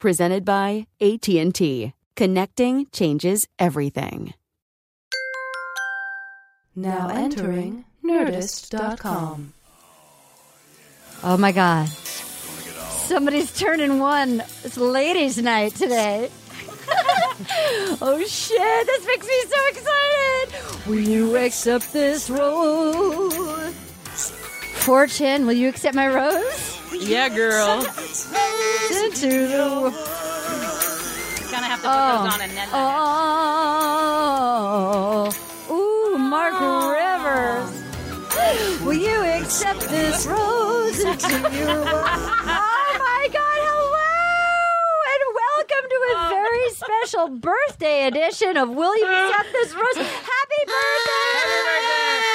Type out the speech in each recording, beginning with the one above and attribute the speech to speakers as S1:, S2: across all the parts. S1: presented by AT&T. Connecting changes everything.
S2: Now entering nerdist.com.
S3: Oh my God. Somebody's turning one. It's ladies' night today. oh shit, this makes me so excited. Will you accept this rose? Fortune, will you accept my rose?
S4: Yeah, girl.
S3: Into the-
S4: Gonna have to put
S3: Oh.
S4: those on and then.
S3: Oh, ooh, Mark Rivers. Will you accept this rose into your Oh my God, hello! And welcome to
S4: Oh.
S3: a very special birthday edition of Will You Accept This Rose? Happy birthday!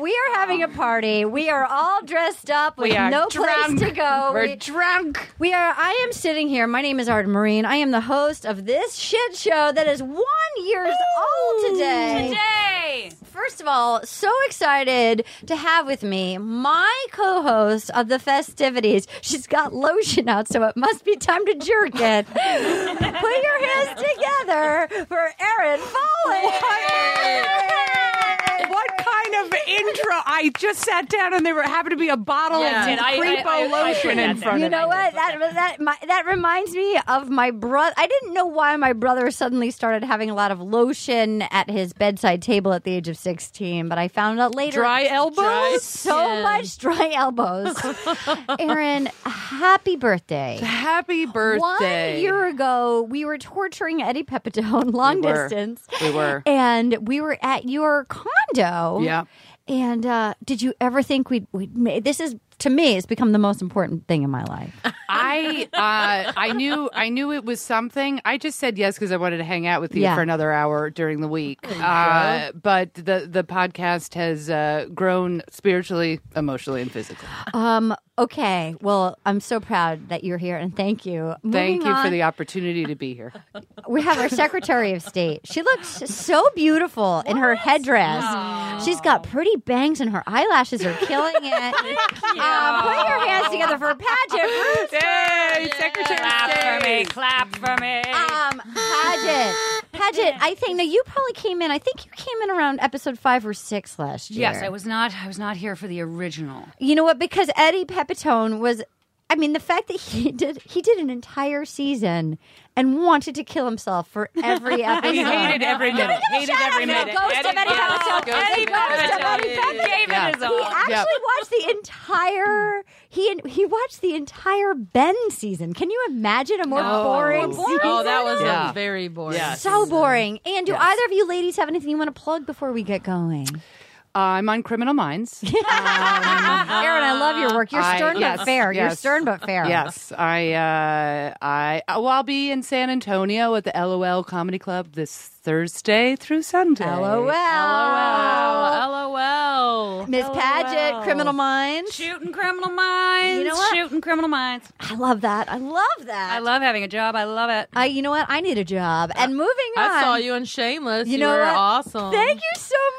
S3: We are having a party. We are all dressed up with
S4: We are
S3: no
S4: drunk.
S3: place to go.
S4: We're
S3: We-
S4: drunk.
S3: we are. I am sitting here. My name is Art Marine. I am the host of this shit show that is one years old today.
S4: Today.
S3: First of all, so excited to have with me my co-host of the festivities. She's got lotion out, so it must be time to jerk it. Put your hands together for Erin Foley.
S5: What kind of intro? I just sat down and there were, happened to be a bottle
S4: Yeah, and
S5: of
S4: I-
S5: Creepo
S4: I- I- I
S5: lotion
S4: put that
S5: in front
S3: You
S5: of
S3: know
S5: me.
S3: what? That that my, that reminds me of my brother. I didn't know why my brother suddenly started having a lot of lotion at his bedside table at the age of sixteen, but I found out later.
S5: Dry elbows?
S3: so much dry elbows. Aaron, happy birthday.
S5: Happy birthday.
S3: One year ago, we were torturing Eddie Pepitone long
S5: We were.
S3: distance.
S5: We were.
S3: And we were at your condo.
S5: Yeah.
S3: And uh, did you ever think we'd, we'd ma- this is, to me, it's become the most important thing in my life.
S5: I uh, I knew I knew it was something. I just said yes because I wanted to hang out with you
S3: Yeah.
S5: for another hour during the week. Uh, but the the podcast has uh, grown spiritually, emotionally, and physically.
S3: Um, okay. Well, I'm so proud that you're here and thank you.
S5: Thank
S3: Moving
S5: you for
S3: on,
S5: the opportunity to be here.
S3: We have our Secretary of State. She looks so beautiful in her headdress. She's got pretty bangs and her eyelashes are killing it. Uh, put your hands together for Paget.
S5: Yay, Secretary
S4: Clap for me. Clap for me.
S3: Um, Paget. Paget, I think now you probably came in. I think you came in around episode five or six last year.
S4: Yes, I was not. I was not here for the original.
S3: You know what? Because Eddie Pepitone was. I mean, the fact that he did he did an entire season and wanted to kill himself for every episode.
S5: He hated every minute. Hated every
S3: the
S5: minute.
S3: ghost of Eddie Pepitone.
S4: Eddie
S3: The ghost of Eddie Pepitone.
S4: Gave
S5: Yeah.
S4: it his
S3: He
S4: all.
S3: actually watched the entire he he watched the entire Ben season. Can you imagine a more boring season?
S6: Oh, that was
S5: Yeah.
S6: a very boring.
S5: Yes.
S3: so boring. And do either of you ladies have anything you want to plug before we get going?
S5: Uh, I'm on Criminal Minds.
S3: Aaron, I love your work. You're
S5: I-
S3: stern
S5: yes,
S3: but fair. You're
S5: yes.
S3: stern but fair.
S5: Yes, uh, I, uh, I, well, I'll be in San Antonio at the LOL Comedy Club this Thursday through Sunday.
S3: LOL.
S4: LOL.
S3: Miss Paget, Criminal Minds.
S4: Shooting criminal minds.
S3: You know what?
S4: Shooting criminal minds.
S3: I love that. I love that.
S4: I love having a job. I love it.
S3: I, you know what? I need a job. And moving on.
S6: I saw you in Shameless.
S3: You
S6: You,
S3: know
S6: were
S3: what?
S6: awesome.
S3: Thank you so much.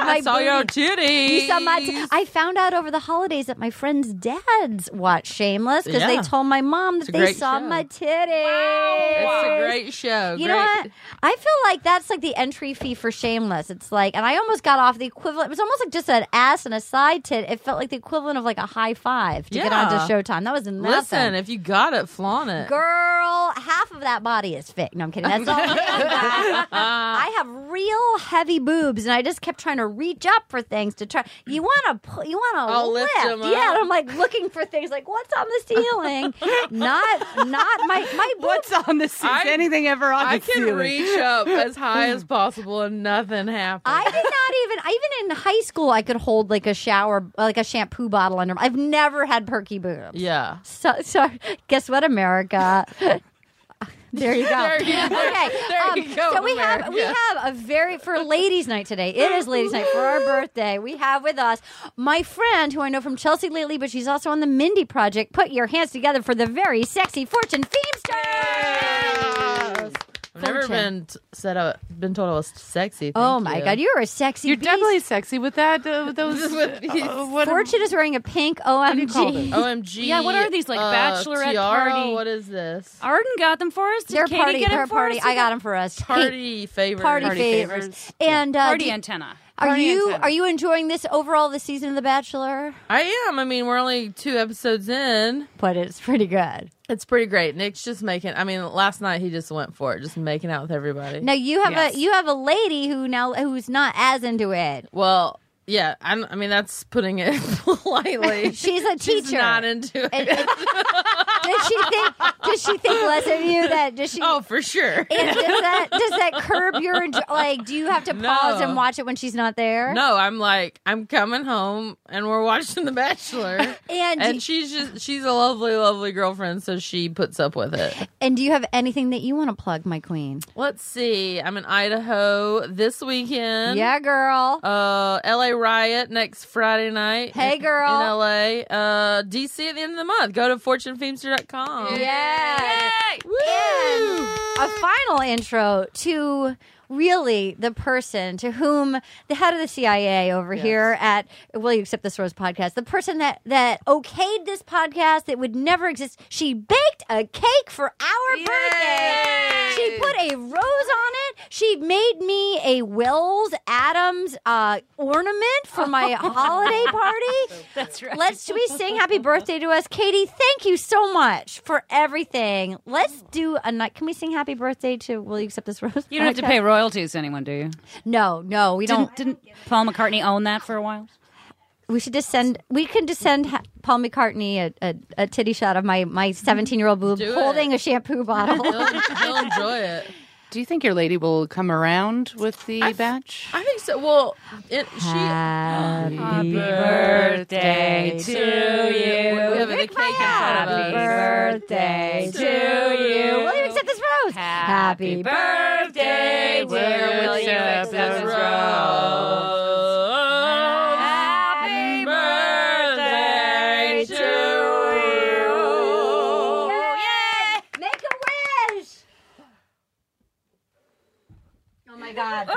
S6: I
S3: My
S6: saw
S3: booty.
S6: your titties.
S3: You saw my. T- I found out over the holidays that my friend's dads watched Shameless because they
S6: Yeah.
S3: told my mom that
S6: a
S3: they
S6: great
S3: saw
S6: show.
S3: my titties.
S6: It's a great show.
S3: You
S6: great.
S3: know what? I feel like that's like the entry fee for Shameless. It's like, and I almost got off the equivalent. It was almost like just an ass and a side tit. It felt like the equivalent of like a high five to get
S6: Yeah.
S3: onto Showtime. That was nothing.
S6: Listen, if you got it, flaunt it.
S3: Girl, half of that body is fake. No, I'm kidding. That's all. I have real heavy boobs, and I just kept trying to reach up for things to try. You want to pull? You want to
S6: I'll lift them up.
S3: Yeah, and I'm like looking for things like what's on the ceiling, not not my my boobs.
S5: What's on the ceiling?
S6: I-
S5: Anything ever on
S6: I
S5: the
S6: can
S5: ceiling?
S6: reach up as high as possible and nothing happens.
S3: I did not even even in high school I could hold like a shower like a shampoo bottle under. I've never had perky boobs.
S6: yeah.
S3: So, so guess what, America? There you go.
S6: There you-
S3: okay. um,
S6: there you go,
S3: so we have we
S6: America.
S3: have a very for ladies' night today. It is ladies' night for our birthday. We have with us my friend who I know from Chelsea lately, but she's also on the Mindy Project. Put your hands together for the very sexy Fortune Themester.
S6: I've never
S3: Fortune.
S6: been t- said I been told I was sexy. Thank
S3: Oh my
S6: you.
S3: God, you're a sexy.
S5: You're
S3: beast.
S5: definitely sexy with that. Uh, with those.
S3: Oh
S5: uh, what
S3: Fortune is wearing a pink
S5: call them?
S3: OMG.
S6: OMG.
S4: Yeah, what are these, like,
S6: uh,
S4: bachelorette
S6: tiara?
S4: party-
S6: What is this?
S4: Arden got them for us. Did
S3: Their
S4: Katie
S3: party,
S4: get 'em
S3: their
S4: for
S3: party.
S4: us?
S3: I got them for us. Hey,
S6: Party favor.
S3: party,
S5: Party
S3: favors.
S5: favors.
S3: And uh,
S4: Party
S3: do-
S4: antenna.
S3: Are
S5: Party
S3: you
S5: antenna.
S3: are you enjoying this overall the season of The Bachelor?
S6: I am. I mean, we're only two episodes in.
S3: But it's pretty good.
S6: It's pretty great. Nick's just making. I mean, last night he just went for it, just making out with everybody.
S3: Now you have
S4: Yes.
S3: a you have a lady who now who's not as into it.
S6: Well, yeah. I, I mean, that's putting it politely.
S3: She's a
S6: She's
S3: teacher.
S6: not into
S3: And-
S6: it.
S3: and- does she think does she think less of you that does she
S6: Oh, for sure.
S3: and does that does that curb your enjo- like do you have to pause
S6: No.
S3: and watch it when she's not there?
S6: No, I'm like, I'm coming home and we're watching The Bachelor.
S3: And do-
S6: and she's just she's a lovely, lovely girlfriend, so she puts up with it.
S3: And do you have anything that you want to plug, my queen?
S6: Let's see. I'm in Idaho this weekend.
S3: Yeah, girl.
S6: Uh LA Riot next Friday night.
S3: Hey,
S6: in-
S3: girl.
S6: In LA. Uh DC at the end of the month. Go to fortunefeamster.com.
S3: yeah.
S6: Woo!
S3: And a final intro to really the person to whom the head of the CIA over here at Will You Accept This Rose podcast, the person that that okayed this podcast that would never exist. She baked a cake for our birthday. She put a rose on it. She made me a Wells Adams uh, ornament for my holiday party.
S4: That's right.
S3: Let's should we sing happy birthday to us, Katie? Thank you so much for everything. Let's do a night. Can we sing happy birthday to? Will you accept this rose?
S4: you don't have to
S3: podcast?
S4: pay royalties to anyone, do you?
S3: No, no, we don't.
S4: Didn't, didn't Paul McCartney own that for a while?
S3: We should just send. We can just send ha- Paul McCartney a, a, a titty shot of my my seventeen year old boob
S6: Do it.
S3: holding a shampoo bottle.
S6: You'll, you'll enjoy it.
S5: Do you think your lady will come around with the batch?
S6: I think so. Well, it, she.
S3: Happy
S4: birthday to you.
S6: We have the cake in front of us.
S3: birthday
S6: to you.
S3: Will you accept this rose? Happy birthday, dear Will you accept this rose?
S4: Happy
S6: birthday to you.
S3: Yay! Make a wish! Oh my god.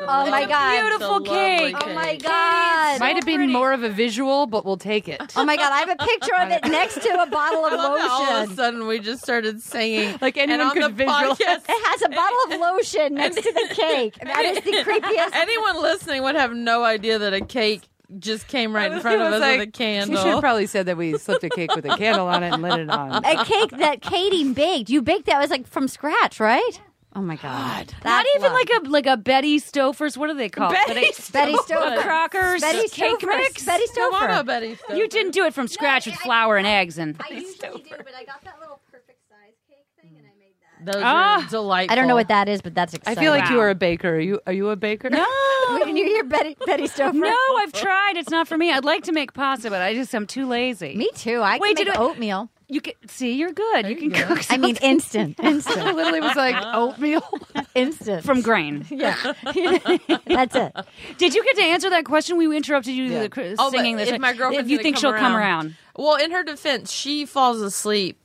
S3: Oh my god.
S6: It's a
S4: Beautiful
S6: lovely
S4: cake.
S3: Oh my god.
S5: Might have been more of a visual, but we'll take it.
S3: Oh my god, I have a picture of it next to a bottle of
S6: All of a
S3: lotion.
S6: sudden, we just started singing.
S5: Like anyone
S6: and on
S5: could
S6: the
S5: visualize.
S6: podcast,
S3: It has a bottle of lotion next to the cake. That is the creepiest.
S6: anyone listening would have no idea that a cake just came right in front of us with a
S5: She should
S6: candle.
S5: have probably said that we slipped a cake with a candle on it and lit it on.
S3: a cake that Katie baked. You baked that was like from scratch, right? Oh my god.
S4: Not
S3: That's love.
S4: even like a like a Betty Stouffer's. What are they called? Betty,
S3: Betty Stouffer's.
S4: Crockers.
S3: Betty
S4: cake
S3: Stouffer's.
S4: mix.
S3: Betty
S6: Come on,
S3: Stouffer.
S6: oh, Betty. Stouffer.
S4: You didn't do it from scratch with flour and eggs and.
S3: I usually do, but I got that little perfect size cake thing and I made that.
S6: Those
S4: Ah.
S6: are delightful.
S3: I don't know what that is, but that's
S5: I
S3: exciting.
S5: feel like you
S4: Wow.
S5: are a baker. Are you are you a baker?
S4: No.
S3: Wait, Can you hear Betty Betty Stouffer?
S4: No, I've tried. It's not for me. I'd like to make pasta, but I just I'm too lazy.
S3: Me too. I can
S4: Wait,
S3: make
S4: did it-
S3: oatmeal.
S4: You can see you're good. you can cook.
S3: I mean,
S4: something
S3: instant,
S5: I
S3: instant,
S5: literally was like
S6: Uh-huh.
S5: oatmeal.
S3: instant.
S4: from grain.
S3: yeah, that's it.
S4: Did you get to answer that question? We interrupted you the cr-
S6: Oh,
S4: singing
S6: but
S4: this.
S6: if my girlfriend,
S4: if you think she'll come around,
S6: Well, in her defense, she falls asleep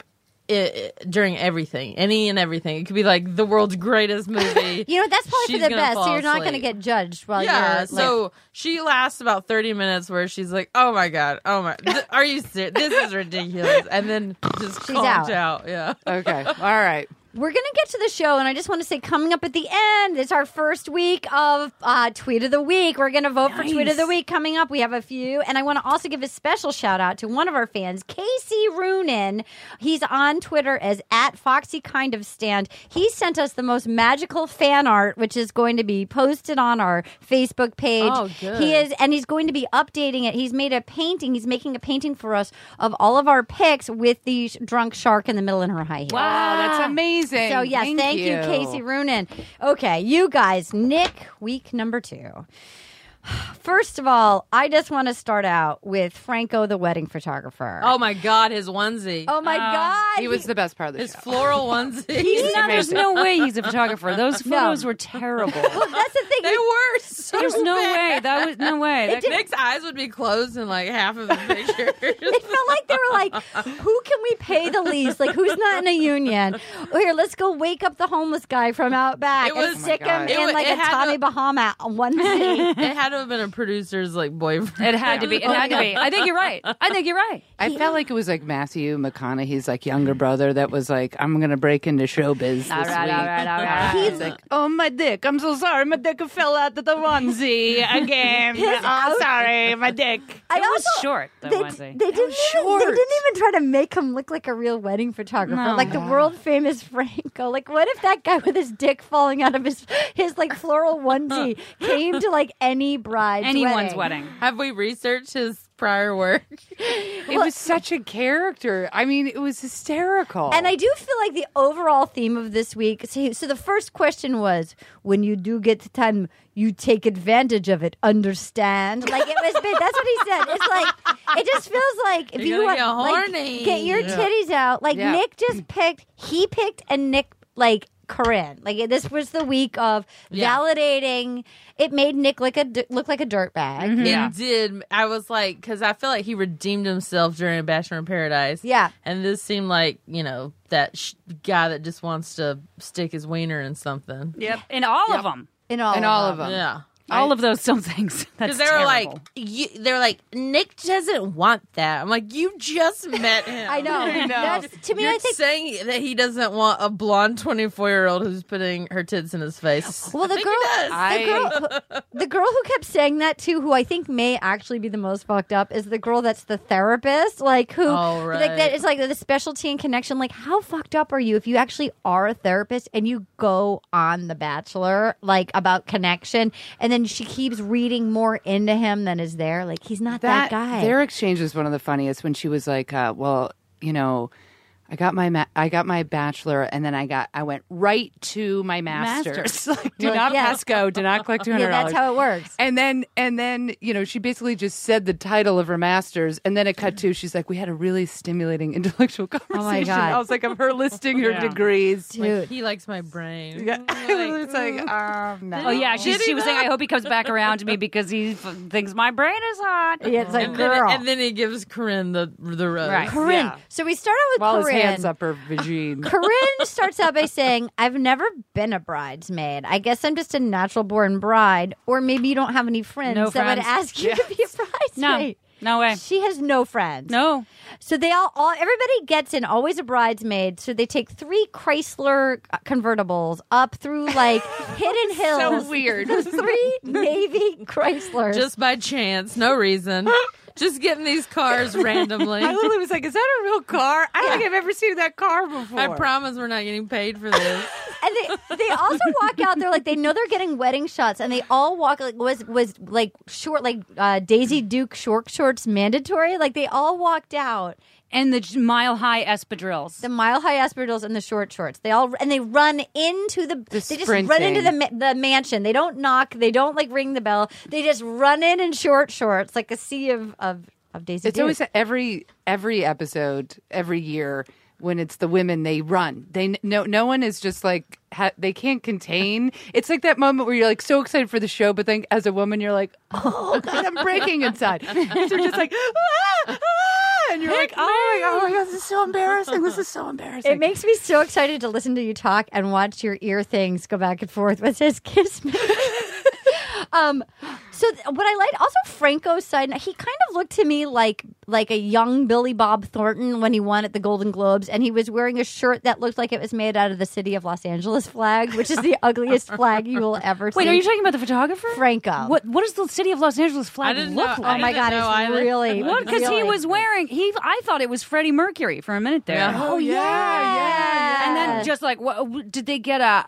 S6: i i during everything, any and everything. It could be like the world's greatest movie.
S3: You know that's probably
S6: She's
S3: for the
S6: gonna
S3: best. So
S6: fall
S3: you're not going to
S6: asleep.
S3: get judged while
S6: yeah.
S3: you're
S6: so she lasts about thirty minutes, where she's like, "Oh my god, oh my, th- are you serious? This is ridiculous." And then just
S3: She's
S6: calms
S3: out.
S6: out. Yeah.
S5: Okay. All right.
S3: We're going to get to the show, and I just want to say, coming up at the end, it's our first week of uh, Tweet of the Week. We're going to vote for Tweet of the Week coming up. We have a few. And I want to also give a special shout out to one of our fans, Casey Roonan. He's on Twitter as at Foxy Kind of Stand. He sent us the most magical fan art, which is going to be posted on our Facebook page.
S6: Oh, good.
S3: He is, and he's going to be updating it. He's made a painting. He's making a painting for us of all of our pics with the sh- drunk shark in the middle in her high heel.
S5: Wow, that's amazing.
S3: So yes, thank, you. Casey Roonan. Okay, you guys, Nick, week number two. First of all, I just want to start out with Franco, the wedding photographer.
S6: Oh my god, his onesie,
S3: Oh my God,
S5: He was the best part of the
S6: his
S5: show.
S6: floral onesie.
S4: he's not, there's no way he's a photographer. Those photos were terrible.
S3: That's the thing.
S6: they were so.
S4: There's no
S6: bad.
S4: way. That was no way. That-
S6: Nick's eyes would be closed in like half of the picture.
S3: It felt like they were like, who can we pay the least? Like, who's not in a union? Oh, here, let's go wake up the homeless guy from out back
S6: It
S3: and
S6: was-
S3: stick
S5: Oh my
S3: him
S5: God.
S6: It
S3: in
S6: wa-
S3: like
S6: it
S3: a
S6: had
S3: Tommy
S6: a-
S3: Bahama on one thing.
S6: it had to have been a producer's like boyfriend.
S4: it had to be. It had to be. I think you're right. I think you're right.
S5: I felt like it was like Matthew McConaughey's like younger brother that was like, I'm gonna break into showbiz this
S4: All right,
S5: week.
S4: all right, all right.
S5: He's like, oh my dick! I'm so sorry, my dick fell out of the onesie again. oh, sorry, my dick.
S3: I
S4: It was
S3: also-
S4: short. That
S3: They,
S4: was
S3: they didn't even, they didn't even try to make him look like a real wedding photographer,
S4: No.
S3: like the world famous Franco. Like, what if that guy with his dick falling out of his his like floral onesie came to like any bride's
S4: anyone's wedding.
S6: Have we researched his prior work?
S5: It was such a character. I mean, it was hysterical.
S3: And I do feel like the overall theme of this week. So, so the first question was, when you do get the time, you take advantage of it. Understand? Like it was big. That's what he said. It's like it just feels like if
S6: You're
S3: you
S6: gonna
S3: want,
S6: get
S3: like,
S6: horny.
S3: get your
S6: Yeah.
S3: titties out. Like
S5: Yeah.
S3: Nick just picked. He picked, and Nick like. Corinne, like this was the week of
S6: Yeah.
S3: validating. It made Nick like a d- look like a dirtbag.
S6: Yeah. It did. I was like, because I feel like he redeemed himself during Bachelor in Paradise.
S3: Yeah.
S6: And this seemed like, you know, that sh- guy that just wants to stick his wiener in something.
S4: Yep. In all of them.
S3: In all,
S5: and
S3: of
S5: all
S3: them.
S5: of them.
S6: Yeah.
S4: All of those somethings. That's
S6: Because they were like,
S4: terrible.
S6: you, they were like, Nick doesn't want that. I'm like, you just met him.
S3: I know. That's, to me,
S6: You're
S3: I think
S6: saying that he doesn't want a blonde 24 year old who's putting her tits in his face.
S3: Well, the
S6: I think
S3: girl,
S6: he does.
S3: the girl, who- the girl who kept saying that too, who I think may actually be the most fucked up, is the girl that's the therapist, like who,
S6: Oh,
S3: like that
S6: right.
S3: is like the specialty and connection. Like, how fucked up are you if you actually are a therapist and you go on The Bachelor, like about connection, and then she keeps reading more into him than is there. Like, he's not that, guy.
S5: Their exchange was one of the funniest when she was like, uh, "Well, you know, I got my ma- I got my bachelor, and then I got I went right to my master's. like, do
S3: You're like,
S5: not
S3: yes.
S5: pass go. Do not collect two
S3: yeah,
S5: hundred
S3: that's
S5: dollars.
S3: how it works.
S5: and then and then you know she basically just said the title of her master's, and then it cut to she's like, "We had a really stimulating intellectual conversation."
S3: God.
S5: I was like, "Of her listing her degrees."
S3: Dude,
S6: he likes my brain.
S5: Yeah. It's like, um, no.
S4: Oh yeah, she, she was saying, "I hope he comes back around to me because he f- thinks my brain is hot."
S3: yeah, it's like
S6: And then,
S3: girl.
S6: and then he gives Corinne the the rose.
S4: Right.
S3: Corinne. So we start out with
S5: While his
S3: Corinne.
S5: hands up her vagine.
S3: Corinne starts out by saying, I've never been a bridesmaid. I guess I'm just a natural born bride, or maybe you don't have any friends
S4: No
S3: that would
S4: friends.
S3: ask you to be a
S4: No,
S3: bridesmaid.
S4: no way.
S3: She has no friends.
S4: No,
S3: So they all, all, everybody gets in, always a bridesmaid. So they take three Chrysler uh, convertibles up through like hidden hills.
S5: so weird.
S3: The three Navy Chryslers.
S6: Just by chance, no reason. Just getting these cars randomly.
S5: I literally was like, "Is that a real car? I don't think I've ever seen that car before."
S6: I promise we're not getting paid for this.
S3: and they, they also walk out there like they know they're getting wedding shots and they all walk like was was like short like uh, daisy duke short shorts mandatory like they all walked out
S4: and the j- mile high espadrilles.
S3: the mile high espadrilles and the short shorts they all and they run into the, they just run into
S5: sprinting.
S3: the ma- the mansion they don't knock they don't like ring the bell they just run in in short shorts like a sea of of of Daisy
S5: It's
S3: Duke.
S5: always every every episode every year when it's the women they run. They no no one is just like ha, they can't contain. It's like that moment where you're like so excited for the show, but then as a woman you're like, oh god, I'm breaking inside. They're just like. "Ah, ah," And you're like, oh my god, oh my god, this is so embarrassing. This is so embarrassing.
S3: It makes me so excited to listen to you talk and watch your ear things go back and forth with his kiss me. um, so th- what I liked also Franco's side. He kind of looked to me like like a young Billy Bob Thornton when he won at the Golden Globes, and he was wearing a shirt that looked like it was made out of the city of Los Angeles flag, which is the ugliest flag you will ever see.
S4: Wait, are you talking about the photographer?
S3: Franco?
S4: What What does the city of Los Angeles flag
S6: I didn't
S4: look
S6: know- I
S4: like?
S3: Oh my
S6: didn't
S3: god! It's
S6: know either.
S3: really
S4: What? Because he
S3: really-
S4: was wearing he. I thought it was Freddie Mercury for a minute there.
S6: Yeah.
S5: Oh yeah, yeah,
S4: And then just like, what, did they get a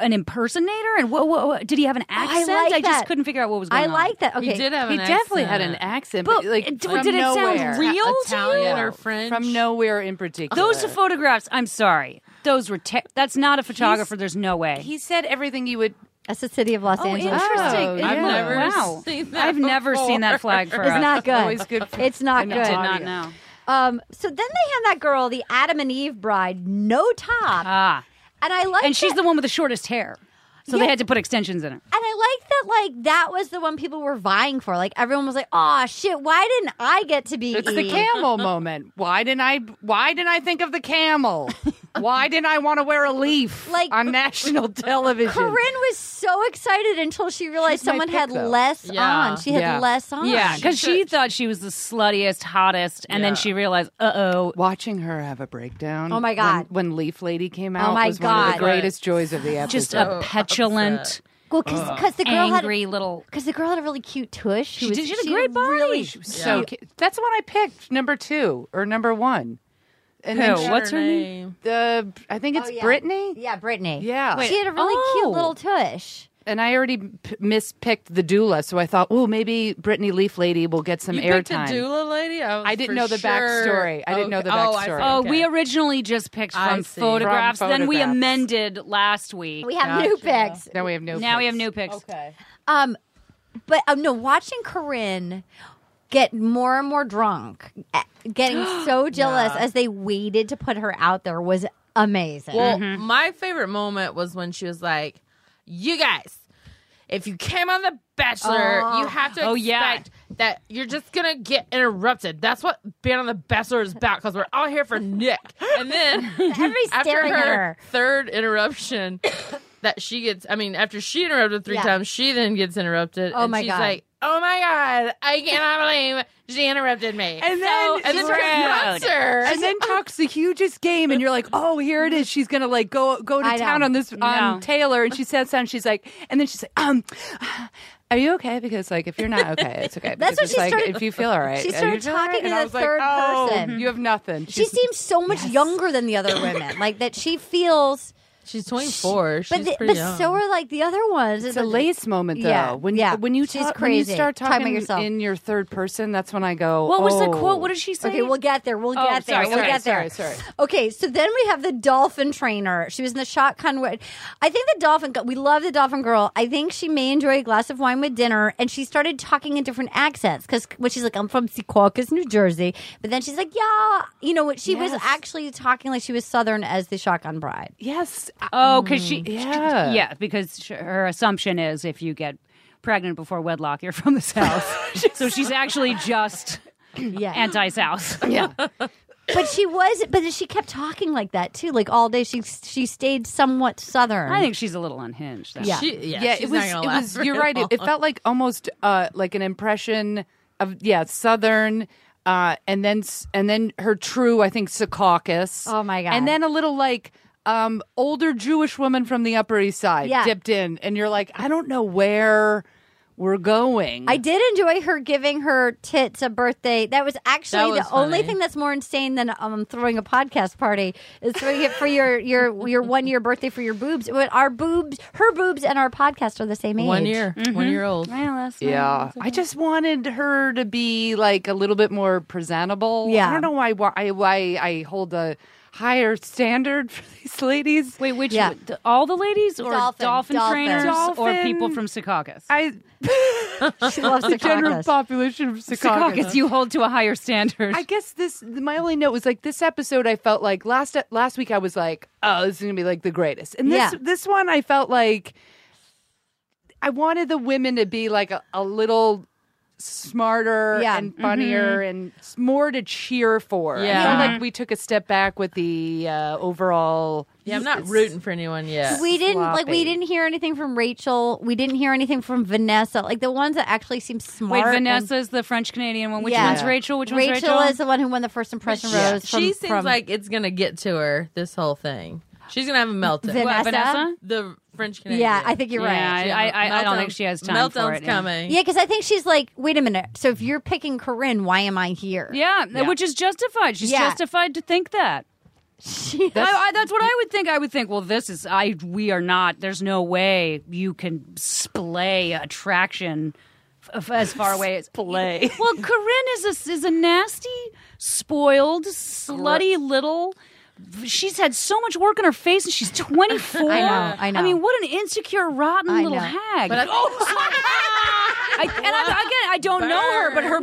S4: an impersonator? And what, what, what- did he have an
S3: Oh, I
S4: accent?
S3: like
S4: just
S3: that.
S4: couldn't figure out what was going
S3: I
S4: on.
S3: like that. Okay,
S6: He did have
S5: He
S6: an
S5: definitely
S6: accent.
S5: had an accent,
S4: But
S5: but like
S4: it-
S5: from
S4: did it sound
S5: nowhere.
S4: real to you?
S6: Italian or French?
S5: From nowhere in particular.
S4: Those photographs. I'm sorry, those were. Te- that's not a photographer. there's no way.
S5: He said everything you would.
S3: that's the city of Los
S4: oh,
S3: Angeles.
S4: interesting.
S5: Oh,
S4: It-
S5: I've
S6: never
S4: wow.
S6: seen that
S4: I've never seen that flag for.
S3: It's
S4: a-
S3: not good.
S5: Always good for-
S3: it's not
S5: I
S3: good.
S5: know.
S4: I did not know.
S3: Um, so then they had that girl, the Adam and Eve bride, no top,
S4: Ah,
S3: and I like
S4: and she's
S3: that-
S4: the one with the shortest hair, so they
S3: Yeah.
S4: had to put extensions in her.
S3: and I like that like that was the one people were vying for. Like everyone was like, "Oh shit, why didn't I get to be?"
S5: It's the
S3: Eve?"
S5: camel moment. Why didn't I? Why didn't I think of the camel? Why didn't I want to wear a leaf
S3: Like-
S5: on national television?
S3: Corinne was so excited until she realized
S5: She's my
S3: someone
S5: pick,
S3: had
S5: though.
S3: less
S6: Yeah.
S3: on. She had
S5: Yeah.
S3: less on.
S6: Yeah,
S4: Because she
S6: should-
S4: thought she was the sluttiest, hottest, and then
S6: Yeah.
S4: she realized, uh oh,
S5: Watching her have a breakdown.
S3: Oh, my God.
S5: When, when Leaf Lady came out,
S3: my
S5: was one of
S3: God.
S5: the greatest joys of the episode.
S4: just a petulant,
S3: well, because the girl
S4: angry
S3: had
S4: little.
S3: because the girl had a really cute tush.
S4: She did- she had a great body.
S3: Really,
S4: She was
S5: so
S3: cute.
S5: cute. that's the one I picked, number two or number one. And then
S4: Who?
S5: she-
S4: What's her name?
S5: the I think it's
S3: Oh, yeah.
S5: Brittany.
S3: Yeah, Brittany.
S5: Yeah.
S3: she had a really
S4: oh.
S3: cute little tush.
S5: And I already p- mispicked the doula, so I thought, oh, maybe Brittany Leaf Lady will get some
S6: You picked a
S5: airtime.
S6: doula lady? I, was
S5: I didn't
S6: for
S5: know the
S6: sure-
S5: backstory. I didn't know the
S6: Okay. Oh, I
S5: backstory.
S6: see.
S4: Oh,
S6: Okay.
S4: we originally just picked
S6: I
S4: from
S6: see.
S4: photographs.
S5: From
S4: Then we
S5: photographs.
S4: amended last week.
S3: We have new pics.
S5: Now we have no.
S4: now we have
S5: picks.
S4: new pics.
S6: Okay.
S3: Um, but um, no, watching Corinne get more and more drunk, eh, getting so jealous as they waited to put her out there was amazing.
S6: Well, my favorite moment was when she was like, "You guys, if you came on The Bachelor, you have to
S4: Oh, yeah.
S6: expect that you're just gonna get interrupted. That's what being on The Bachelor is about. Because we're all here for Nick." And then
S3: Everybody's
S6: after
S3: staring at
S6: her
S3: her.
S6: third interruption, that she gets. I mean, after she interrupted three
S3: Yeah.
S6: times, she then gets interrupted.
S3: Oh,
S6: and
S3: my
S6: she's
S3: God.
S6: Like, oh my god, I cannot believe she interrupted me.
S5: And then,
S6: and then confronts her.
S5: and then talks the hugest game, and you're like, "Oh, here it is. She's gonna like go go to
S3: I know.
S5: town on this on
S4: No.
S5: Taylor." And she sits down. She's like, and then she's like, "Um, are you okay? Because like, if you're not okay, it's okay.
S3: That's
S5: Because
S3: what
S5: it's
S3: she
S5: like,
S3: started-
S5: If you feel all right,
S3: she
S5: Are
S3: started
S5: you feeling all
S3: talking in
S5: And I
S3: the
S5: was like,
S3: third
S5: "Oh,
S3: person.
S5: You have nothing.
S3: she seems so much younger than the other women. Like that, she feels.
S6: she's 24. She's
S3: but the-
S6: pretty
S3: but
S6: young.
S3: so are like the other ones.
S5: It's a lace moment, though.
S3: Yeah,
S5: when
S3: yeah.
S5: you, when you
S3: She's
S5: talk, when
S3: crazy.
S5: you start
S3: Talking about
S5: talking
S3: yourself.
S5: in your third person, that's when I go.
S4: What was the
S5: "Oh."
S4: quote? What did she say?
S3: Okay, we'll get there. We'll
S4: Oh,
S3: get there.
S4: sorry,
S3: we'll
S4: sorry,
S3: get there.
S5: sorry, sorry.
S3: Okay, so then we have the dolphin trainer. She was in the shotgun. wa- I think the dolphin. gu- We love the dolphin girl. I think she may enjoy a glass of wine with dinner, and she started talking in different accents because when she's like, "I'm from Secaucus, New Jersey," but then she's like, "Yeah," you know, what she was
S5: Yes.
S3: actually talking like she was Southern as the shotgun bride.
S5: Yes.
S4: Oh, because she,
S3: Mm.
S5: Yeah.
S4: yeah, because sh- her assumption is if you get pregnant before wedlock, you're from the south. so she's actually just
S3: Yeah,
S4: anti-south.
S5: Yeah.
S3: but she was, but then she kept talking like that too, like all day. She she stayed somewhat Southern.
S4: I think she's a little unhinged. though.
S3: Yeah.
S6: She- yeah,
S5: yeah,
S6: she's
S5: it
S6: not
S5: was.
S6: gonna
S5: It
S6: last
S5: was.
S6: very
S5: You're right. It, it
S6: long.
S5: felt like almost uh, like an impression of yeah, southern, uh, and then s- and then her true, I think, Secaucus.
S3: Oh, my God.
S5: And then a little like um, older Jewish woman from the Upper East Side
S3: Yeah.
S5: dipped in, and you're like, I don't know where we're going.
S3: I did enjoy her giving her tits a birthday. That was actually
S6: That was
S3: the only
S6: funny.
S3: thing that's more insane than um, throwing a podcast party is throwing it for your your your one year birthday for your boobs. When Our boobs, her boobs, and our podcast are the same age.
S6: one year, one year old.
S4: Well, that's not-
S5: Yeah, I just wanted her to be like a little bit more presentable.
S3: Yeah.
S5: I don't know why why why I hold a higher standard for these ladies.
S4: Wait, which
S3: Yeah.
S4: th- all the ladies or
S3: Dolphin,
S4: dolphin,
S3: dolphin.
S4: trainers or
S5: Dolphin.
S4: people from Secaucus?
S5: I
S3: She loves
S5: the
S3: the
S5: general
S3: caucus.
S5: population of Secaucus.
S4: Secaucus, you hold to a higher standard.
S5: I guess this. My only note was like this episode. I felt like last e, last week I was like, oh, this is gonna be like the greatest. And this
S3: Yeah.
S5: this one I felt like I wanted the women to be like a, a little smarter
S3: Yeah. Mm-hmm.
S5: and funnier and s- more to cheer for. I
S6: Yeah.
S5: felt like we took a step back with the uh, overall.
S6: Yeah, I'm not rooting for anyone yet.
S3: We didn't like. We
S5: sloppy.
S3: didn't hear anything from Rachel. We didn't hear anything from Vanessa. Like the ones that actually seem
S4: Wait,
S3: smart. and-
S4: Vanessa's the French Canadian one. Which
S3: Yeah.
S4: one's Rachel? Which one's
S3: Rachel
S4: Rachel?
S3: is the one who won the first impression rose. From,
S6: she seems
S3: from
S6: like it's gonna get to her. This whole thing. She's gonna have a meltdown.
S3: Vanessa.
S4: What, Vanessa?
S6: The French Canadian.
S3: Yeah, I think you're
S4: Yeah,
S3: right.
S4: I, I, I don't
S6: Meltdown-
S4: think she has time
S6: Meltdown's
S4: for it. yeah.
S6: coming.
S3: Yeah, because I think she's like, wait a minute. So if you're picking Corinne, why am I here?
S4: Yeah, which is justified. She's
S3: Yeah.
S4: justified to think that.
S3: She-
S4: I, I, that's what I would think. I would think, well, this is I. We are not. There's no way you can splay attraction f- f- as far away as play. Well, Corinne is a is a nasty, spoiled, slutty little. She's had so much work on her face, and she's 24.
S3: I know, I know.
S4: I mean, what an insecure, rotten
S3: I
S4: little
S3: know.
S4: hag.
S6: But I-
S4: I, and I, again, I don't know her, but her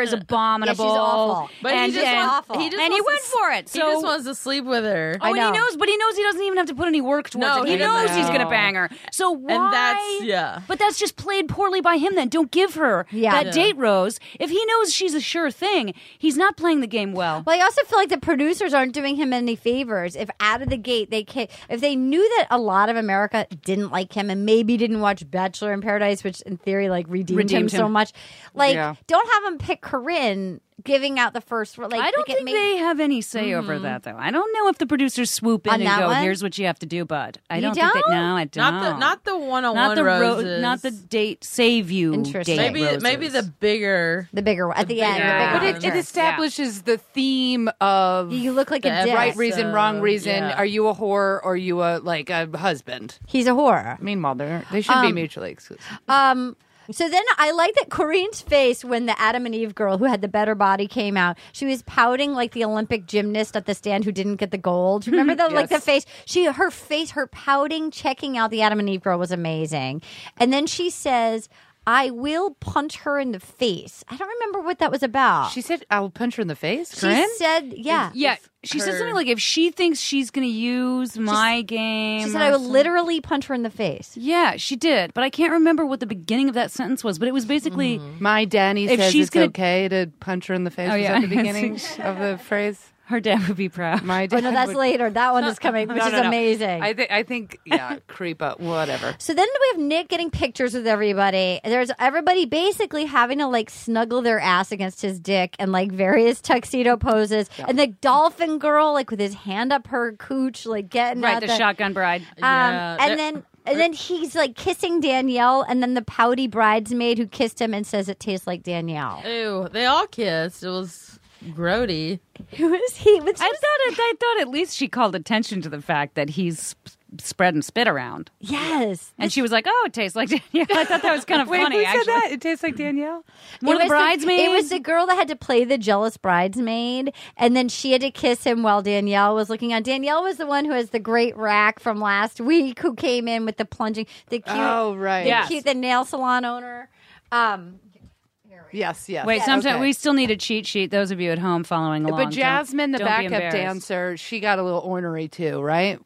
S4: is abominable.
S3: awful.
S6: But
S4: and,
S6: he just
S4: and-
S6: wants,
S3: awful.
S6: He just
S4: and he went
S6: wants to
S4: for it.
S6: s-
S4: So
S6: he just wants to sleep with her.
S4: Oh, and
S3: know.
S4: he knows, but he knows he doesn't even have to put any work towards
S6: No,
S4: it. He,
S6: he doesn't.
S4: knows he's going to bang her. So why?
S6: that's- yeah.
S4: But that's just played poorly by him. Then don't give her
S3: Yeah.
S4: that
S3: Yeah.
S4: date rose. If he knows she's a sure thing, he's not playing the game well.
S3: Well, I also feel like the producers aren't doing him any favors. If out of the gate they ca if they knew that a lot of America didn't like him and maybe didn't watch Bachelor in Paradise, which in theory like redeemed, him,
S4: Redeemed
S3: so
S4: him.
S3: much, like
S5: Yeah.
S3: don't have him pick Corinne giving out the first. Like
S4: I
S3: like,
S4: don't
S3: it
S4: think
S3: made-
S4: they have any say
S6: Mm-hmm.
S4: over that, though. I don't know if the producers swoop in
S3: On
S4: and
S3: that
S4: go,
S3: one?
S4: "Here's what you have to do, bud." I
S3: You
S4: don't, think
S3: don't?
S4: that. No, I don't.
S6: not the not the one on
S4: Not
S6: one
S4: the ro-
S6: roses.
S4: not the date save you.
S3: Interesting.
S4: Date
S6: maybe
S4: roses.
S6: maybe the bigger.
S3: the bigger one at the, end.
S6: bigger
S3: The
S5: But
S3: bigger
S5: it, it
S3: picture.
S5: establishes the theme of
S3: you look like a
S6: The
S3: dick.
S5: right reason, wrong
S6: So,
S5: reason.
S6: yeah.
S5: Are you a whore? Or are you a like a husband?
S3: He's a horror.
S5: Meanwhile, they're, they should be mutually exclusive.
S3: Um, so then I like that Corinne's face when the Adam and Eve girl who had the better body came out. She was pouting like the Olympic gymnast at the stand who didn't get the gold. Remember the like the
S5: Yes.
S3: face? She her face, her pouting, checking out the Adam and Eve girl was amazing. And then she says, "I will punch her in the face." I don't remember what that was about.
S5: She said, "I'll punch her in the face."
S3: She
S5: Corinne?
S3: said, "Yeah."
S4: yeah. She said something like, "If she thinks she's going to use my game,"
S3: She
S4: or
S3: said, "I will
S4: something."
S3: literally punch her in the face."
S4: Yeah, she did, but I can't remember what the beginning of that sentence was. But it was basically,
S5: My Danny
S4: If
S5: says
S4: she's
S5: it's
S4: gonna-
S5: okay to punch her in the face.
S4: Oh,
S5: Was
S4: yeah.
S5: that the beginning of the phrase?
S4: "Her dad would be proud."
S5: My
S3: Oh
S5: dad
S3: no, that's
S5: would-
S3: later. That one is coming, which
S5: No,
S3: is
S5: no, no.
S3: amazing.
S5: I think. I think. Yeah, creep up. Whatever.
S3: So then we have Nick getting pictures with everybody. There's everybody basically having to like snuggle their ass against his dick and like various tuxedo poses. And the dolphin girl, like with his hand up her cooch, like getting
S4: right,
S3: out
S4: the, shotgun bride.
S3: Um,
S6: Yeah, they're-
S3: and then and then he's like kissing Danielle, and then the pouty bridesmaid who kissed him and says it tastes like Danielle.
S4: Uh,
S6: Ew, they all kissed. It was grody.
S3: Who is he? Which
S4: I
S3: was-
S4: thought, it, I thought at least she called attention to the fact that he's sp- spreading spit around,
S3: yes,
S4: and she was like, "Oh, it tastes like." Yeah, I thought that was kind of funny. actually,
S5: It tastes like Danielle.
S3: It
S4: one of the
S3: was
S4: bridesmaids.
S3: it was the girl that had to play the jealous bridesmaid, and then she had to kiss him while Danielle was looking on. Danielle was the one who has the great rack from last week, who came in with the plunging, the cute,
S5: Oh right.
S3: the
S4: Yeah. yes.
S3: cute, the nail salon owner. Um,
S5: Yes. Yes.
S4: Wait, sometimes
S5: Okay.
S4: we still need a cheat sheet. Those of you at home following along.
S5: But
S4: Don't-
S5: Jasmine, the
S4: don't be
S5: backup
S4: embarrassed.
S5: dancer, she got a little ornery too, right?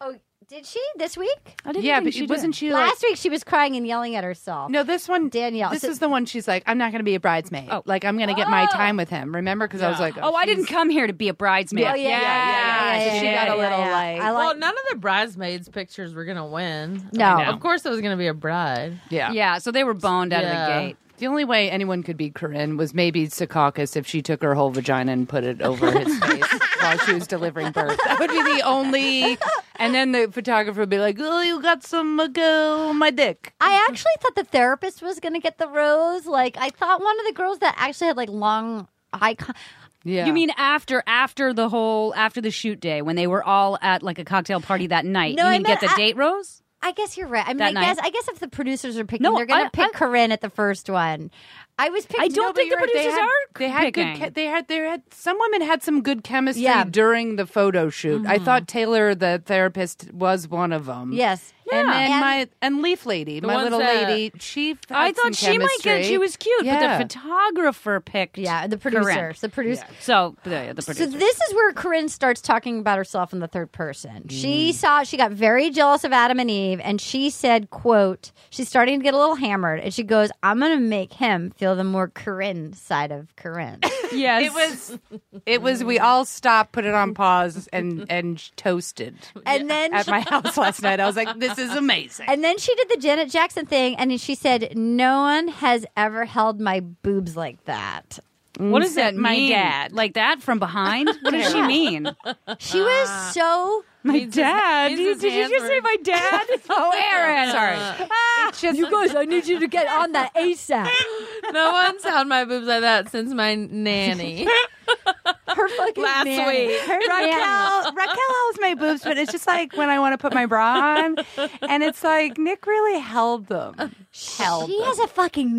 S3: oh, did she this week?
S4: I didn't
S5: yeah,
S4: think
S5: but
S4: she did.
S5: wasn't she like
S3: Last week she was crying and yelling at herself.
S5: No, this one,
S3: Danielle.
S5: This
S3: So-
S5: is the one. She's like, I'm not going to be a bridesmaid.
S4: Oh.
S5: Like, I'm going to get my time with him. Remember? Because I was like,
S4: Oh, I didn't come here to be a bridesmaid.
S3: Oh, yeah, yeah, yeah, yeah,
S4: so
S3: yeah,
S4: she
S3: yeah,
S4: got a
S3: yeah,
S4: little
S3: yeah.
S4: like.
S3: I like.
S6: well, none of the bridesmaids' pictures were gonna win.
S3: No. I know.
S6: of course it was gonna be a bride.
S5: yeah.
S4: Yeah, so they were boned out of
S6: Yeah.
S4: the gate.
S5: The only way anyone could beat Corinne was maybe Secaucus if she took her whole vagina and put it over his face while she was delivering birth. That would be the only. And then the photographer would be like, "Oh, you got some uh, go on my dick."
S3: I actually thought the therapist was going to get the rose. Like I thought one of the girls that actually had like long eye. Con-
S5: Yeah.
S4: You mean after after the whole after the shoot day when they were all at like a cocktail party that night?
S3: No,
S4: you
S3: I
S4: mean
S3: meant-
S4: get the
S3: I-
S4: date rose?
S3: I guess you're right. I mean,
S4: That
S3: I
S4: night.
S3: guess I guess if the producers are picking,
S4: No,
S3: they're going
S4: I-
S3: to pick
S4: I-
S3: Corinne at the first one. I was picking.
S4: I don't
S5: No, but
S4: think the
S5: you're right.
S4: producers
S5: they had,
S4: are
S5: They had
S4: picking.
S5: good. Ke- they had. They had. Some women had some good chemistry
S3: Yeah.
S4: Mm-hmm.
S5: during the photo shoot. I thought Taylor, the therapist, was one of them.
S3: Yes.
S5: And
S4: Yeah.
S5: then
S4: And-
S5: my and Leaf Lady, my
S6: ones
S5: little
S6: that-
S5: lady, she. had
S4: I thought
S5: some
S4: she might get.
S5: chemistry.
S4: She was cute,
S5: Yeah.
S4: but the photographer picked.
S3: Yeah, the
S4: Corinne.
S3: producer. The producer.
S4: So the, the producer.
S3: So this is where Corinne starts talking about herself in the third person.
S5: Mm.
S3: She saw she got very jealous of Adam and Eve and she said, quote, she's starting to get a little hammered and she goes, I'm gonna make him feel the more Corinne side of Corinne.
S4: yes,
S5: It was. It was. We all stopped, put it on pause, and and toasted
S3: and then
S5: at my house last night. I was like, "This is amazing."
S3: and then she did the Janet Jackson thing and she said, No one has ever held my boobs like that.
S4: What does that
S5: said my
S4: mean?
S5: dad.
S4: Like that from behind? What does she mean?
S3: She
S4: Uh,
S3: was so
S4: My dad.
S6: his-
S4: You-
S6: his
S4: did you
S6: hands
S4: just say
S6: were-
S4: my dad? oh, Aaron. Sorry.
S3: you guys, I need you to get on that ASAP.
S6: No one's held my boobs like that since my nanny.
S3: Her fucking
S6: Last
S3: nanny.
S6: week.
S3: Her nanny.
S5: Raquel, Raquel holds my boobs, but it's just like when I want to put my bra on, and it's like Nick really held them. Held.
S3: She has a fucking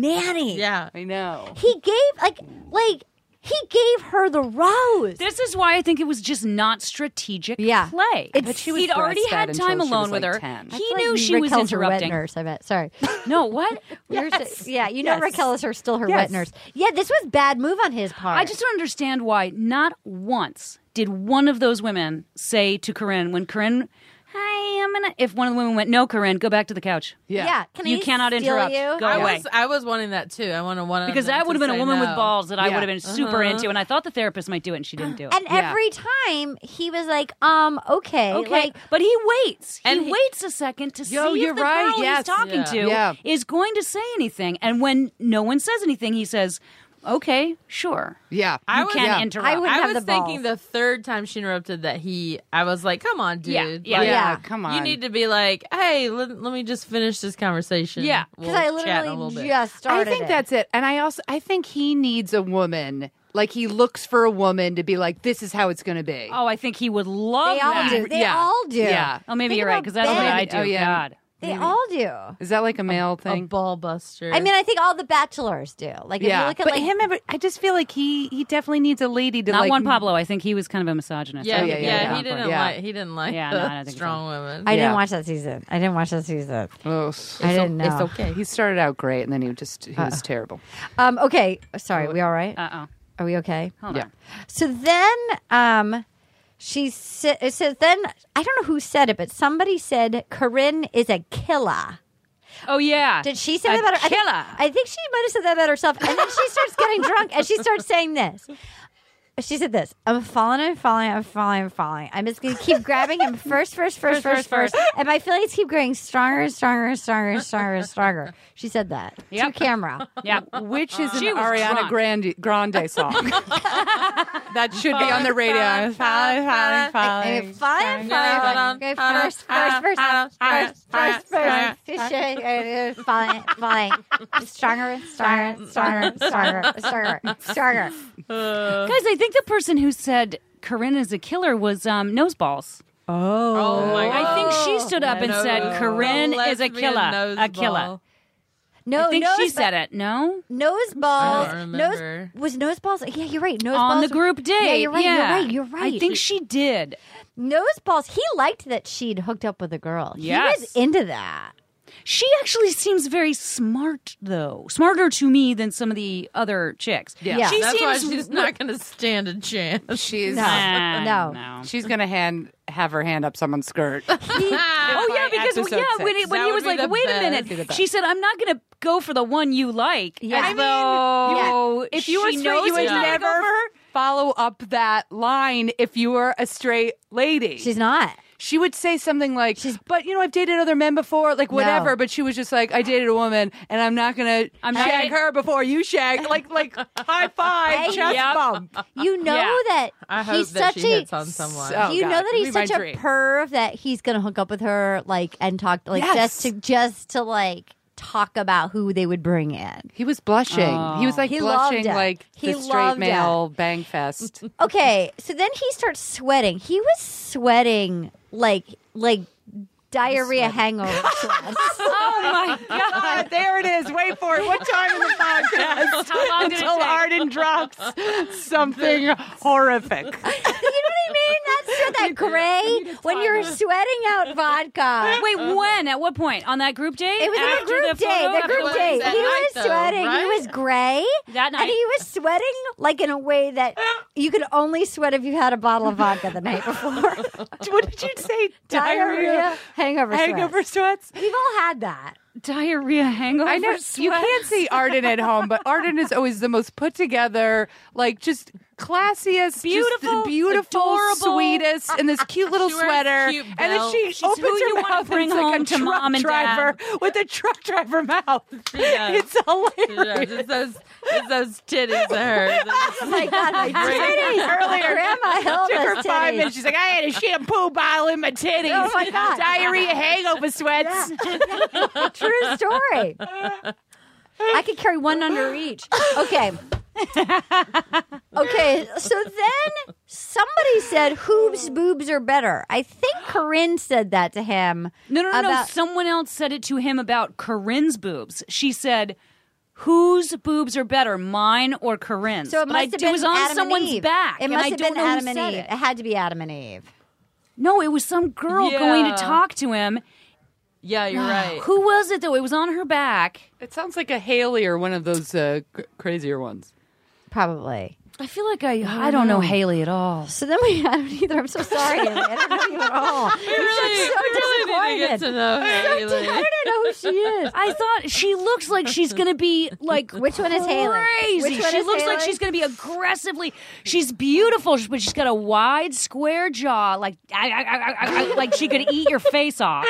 S3: nanny.
S6: yeah.
S5: I know.
S3: He gave like like he gave her the rose.
S4: This is why I think it was just not strategic
S3: Yeah.
S4: play.
S3: It's-
S4: but she
S3: was
S4: he'd already
S5: breastfed
S4: had
S5: until
S4: time
S5: she was,
S4: alone with
S5: like,
S4: her.
S5: 10.
S4: He
S3: It's like
S4: knew she was
S3: Raquel's her wet
S4: interrupting.
S3: nurse, I bet. Sorry.
S4: No, what?
S3: You're s- yeah, you know
S5: Yes.
S3: Raquel is her still her
S5: Yes.
S3: wet nurse. Yeah, this was bad move on his part.
S4: I just don't understand why not once did one of those women say to Corinne when Corinne, "Hi, I'm gonna." If one of the women went, "No, Corinne, go back to the couch."
S3: yeah. Can
S4: You
S3: I
S4: cannot
S3: steal
S4: interrupt.
S3: You?
S4: Go
S6: I
S4: away.
S6: was I was wanting that too. I wanted one of
S4: Because
S6: them
S4: that would have
S6: to
S4: been a
S6: say
S4: woman with
S6: no.
S4: balls that I
S5: Yeah.
S4: would have been super into, and I thought the therapist might do it, and she didn't do it.
S3: And every time he was like, um, okay,
S4: okay,
S3: like
S4: but he waits.
S6: And
S4: he,
S6: he-
S4: waits a second to
S5: Yo,
S4: see
S5: you're
S4: if the
S5: right,
S4: girl
S5: yes.
S4: he's talking
S6: Yeah.
S4: to
S5: Yeah.
S4: is going to say anything. And when no one says anything, he says, "Okay, sure."
S5: Yeah.
S6: I
S4: You
S6: was-
S4: can
S6: yeah.
S4: interrupt.
S3: I would- Wouldn't
S6: I
S3: have
S6: was
S3: the
S6: thinking
S3: balls.
S6: the third time she interrupted that he I was like, Come on, dude.
S4: Yeah, yeah,
S6: Like,
S3: Yeah.
S5: Come on.
S6: You need to be like, Hey, let, let me just finish this conversation.
S4: Yeah.
S3: because
S6: We'll
S3: I
S6: chat in a little
S3: literally
S6: bit.
S3: just started.
S5: I think
S3: it.
S5: that's it. And I also I think he needs a woman. Like he looks for a woman to be like, this is how it's going to be.
S4: Oh, I think he would love
S3: they all
S4: that.
S3: do. They
S5: Yeah.
S3: all do.
S5: Yeah.
S4: Oh, maybe
S3: Think
S4: you're right
S3: about
S4: because that's what
S3: Ben.
S4: I do.
S5: Oh, yeah.
S4: God.
S3: They all do.
S5: Is that like a male
S6: a
S5: thing?
S6: ball buster.
S3: I mean, I think all the bachelors do. Like, if you
S5: yeah,
S3: look at
S5: but
S3: like
S5: him. ever- I just feel like he he definitely needs a lady to
S4: Not
S5: like
S4: Juan Pablo. I think he was kind of a misogynist.
S6: yeah, yeah,
S4: I
S5: yeah,
S4: think
S5: yeah.
S6: He didn't
S5: Yeah.
S6: like he didn't like
S4: Yeah,
S6: the
S4: no, I don't think so.
S6: strong women.
S3: I
S5: Yeah.
S3: didn't watch that season. I didn't watch that season.
S5: Oh,
S3: I didn't know.
S6: It's okay.
S5: he started out great, and then he just he was terrible.
S3: Um, okay, sorry. We all right?
S4: Uh oh.
S3: Are we okay?
S4: Hold
S5: Yeah.
S4: on.
S3: So then, um, she sa- it says. Then I don't know who said it, but somebody said Corinne is a killer.
S4: Oh yeah.
S3: Did she say
S4: A
S3: that about her? I
S4: Killer.
S3: think, I think she might have said that about herself. And then she starts getting drunk, and she starts saying this. She said this. I'm falling, I'm falling, I'm falling, I'm falling. I'm just gonna keep grabbing him first, first, first, first, first, and my feelings keep growing stronger, and stronger, and stronger, and stronger, and stronger. She said that
S4: Yep.
S3: to camera.
S4: yeah.
S5: Which is
S4: She
S5: an
S4: was
S5: Ariana
S4: drunk.
S5: Grande, Grande song that should be on the radio. I'm falling, falling,
S3: Okay, fine,
S5: falling.
S3: fine. Okay, first, first, first, first, first, first. Fishing, uh, Fine, fine. Stronger, stronger, stronger, stronger, stronger, stronger.
S4: Guys, I think the person who said Corinne is a killer was um, Noseballs.
S6: Oh my god.
S4: I think she stood up and
S6: Oh.
S4: said Corinne
S6: The
S4: is a
S6: lesbian
S4: killer.
S6: nose
S4: A killer.
S6: ball.
S3: No,
S4: I think
S3: Oh, nose,
S4: she said it. No.
S3: Nose balls.
S6: I don't
S3: Nose
S6: remember.
S3: was nose balls. Yeah, you're right. Nose
S4: On
S3: balls
S4: the group date.
S3: Yeah, you're right.
S4: yeah.
S3: You're right. You're right.
S4: I think she did.
S3: nose balls. He liked that she'd hooked up with a girl. he was
S4: Yes.
S3: into that.
S4: She actually seems very smart, though. Smarter to me than some of the other chicks.
S3: Yeah.
S4: She
S6: That's why
S4: seems
S6: she's not going to stand a chance.
S5: She's
S4: Ah,
S3: No.
S4: no.
S5: she's gonna hand have her hand up someone's skirt.
S4: Oh yeah, because
S5: episode
S4: yeah, when,
S5: six.
S4: it, when
S6: That
S4: he
S6: would
S4: was
S6: be
S4: like,
S6: the
S4: "Wait
S6: best.
S4: a
S5: Be the
S4: minute,"
S5: best.
S4: she said, "I'm not going to go for the one you like."
S3: Yeah. I mean,
S4: though
S5: if you were
S4: she
S5: straight,
S4: knows
S5: you would
S4: she's not gonna go
S5: never
S4: for her.
S5: follow up that line. If you were a straight lady,
S3: She's not.
S5: she would say something like, "But you know, I've dated other men before, like whatever."
S3: No.
S5: But she was just like, "I dated a woman, and I'm not gonna
S4: I'm not
S5: shag
S4: gonna-
S5: her before you shag." Like, like high five,
S3: Right?
S5: chest
S4: Yep.
S5: bump.
S3: You know
S4: Yeah.
S3: that
S6: I hope
S3: he's
S6: that
S3: such
S6: she
S3: a
S6: hits on someone.
S5: So- Oh,
S3: you
S5: God.
S3: know that he's
S5: It'd be my
S3: such a
S5: dream.
S3: perv that he's gonna hook up with her, like, and talk, like, just
S5: Yes.
S3: to just to like talk about who they would bring in.
S5: He was blushing. He was like
S3: He loved
S5: blushing,
S3: it.
S5: like
S3: He
S5: the straight
S3: loved
S5: male bang fest.
S3: Okay, so then he starts sweating. He was sweating like like diarrhea hangover. sweats.
S4: Oh my god!
S5: Ah, there it is. Wait for it. What time in the podcast?
S4: How long did it
S5: Until
S4: take?
S5: Arden drops something horrific.
S3: you know what I mean? That's that gray when you're sweating out vodka.
S4: Wait, when? At what point? On that group date?
S3: It was on a
S4: After
S3: group
S4: the
S3: date.
S4: photo?
S3: The
S4: After
S3: group
S4: the-
S3: date.
S6: that
S3: He
S6: night,
S3: was
S6: though,
S3: sweating. He
S6: right?
S3: was gray.
S4: That night.
S3: And he was sweating like in a way that you could only sweat if you had a bottle of vodka the night before.
S5: what did you say?
S3: Diarrhea, hangover, sweats.
S5: hangover sweats.
S3: We've all had that.
S4: Diarrhea hangover.
S5: I know you can't see Arden at home, but Arden is always the most put together, like just classiest,
S4: Beautiful,
S5: just beautiful,
S4: adorable.
S5: sweetest, in this cute little
S6: She wears a
S5: sweater.
S6: cute
S5: and then
S6: belt.
S5: she
S4: She's
S5: opens
S4: who you
S5: her
S4: wanna
S5: mouth
S4: bring
S5: and it's
S4: home
S5: like a
S4: to
S5: truck
S4: mom and dad.
S5: driver with a truck driver mouth.
S6: Yeah.
S5: It's hilarious.
S6: Yeah, just those, just those titties of hers.
S3: Oh my God, my titties.
S5: Earlier,
S3: Grandma held
S5: took her
S3: us
S5: five
S3: titties.
S5: minutes. She's like, I had a shampoo bottle in my titties.
S3: Oh, my God.
S5: Diarrhea, hangover sweats.
S3: True story. I could carry one under each. Okay. Okay, so then somebody said "Whose boobs are better." I think Corinne said that to him.
S4: No, no, no, no.
S3: about-
S4: Someone else said it to him about Corinne's boobs. She said, "Whose boobs are better, mine or Corinne's?"
S3: So it
S4: But
S3: must
S4: I-
S3: have
S4: it
S3: been
S4: was on
S3: Adam
S4: someone's
S3: and Eve.
S4: back.
S3: It
S4: and
S3: must
S4: I
S3: have
S4: don't
S3: been
S4: know who
S3: Adam and
S4: said
S3: Eve.
S4: it.
S3: It. had to be Adam and Eve.
S4: No, it was some girl going to
S6: Yeah.
S4: talk to him.
S6: Yeah, you're right.
S4: Who was it though? It was on her back.
S5: It sounds like a Haley or one of those uh, cr- crazier ones.
S3: Probably.
S4: I feel like I I don't know Haley at all.
S3: So then we I don't either. I'm so sorry. Amy. I don't know you at all.
S6: We really,
S3: so
S6: we really need to get
S3: disappointed.
S6: to know Haley.
S3: I don't know who she is.
S4: I thought she looks like she's gonna be like
S3: Which one is Haley?
S4: crazy.
S3: Which one
S4: she
S3: is
S4: looks like
S3: Haley?
S4: she's gonna be aggressively. She's beautiful, but she's got a wide, square jaw, like I, I, I, I, I- like she could eat your face off.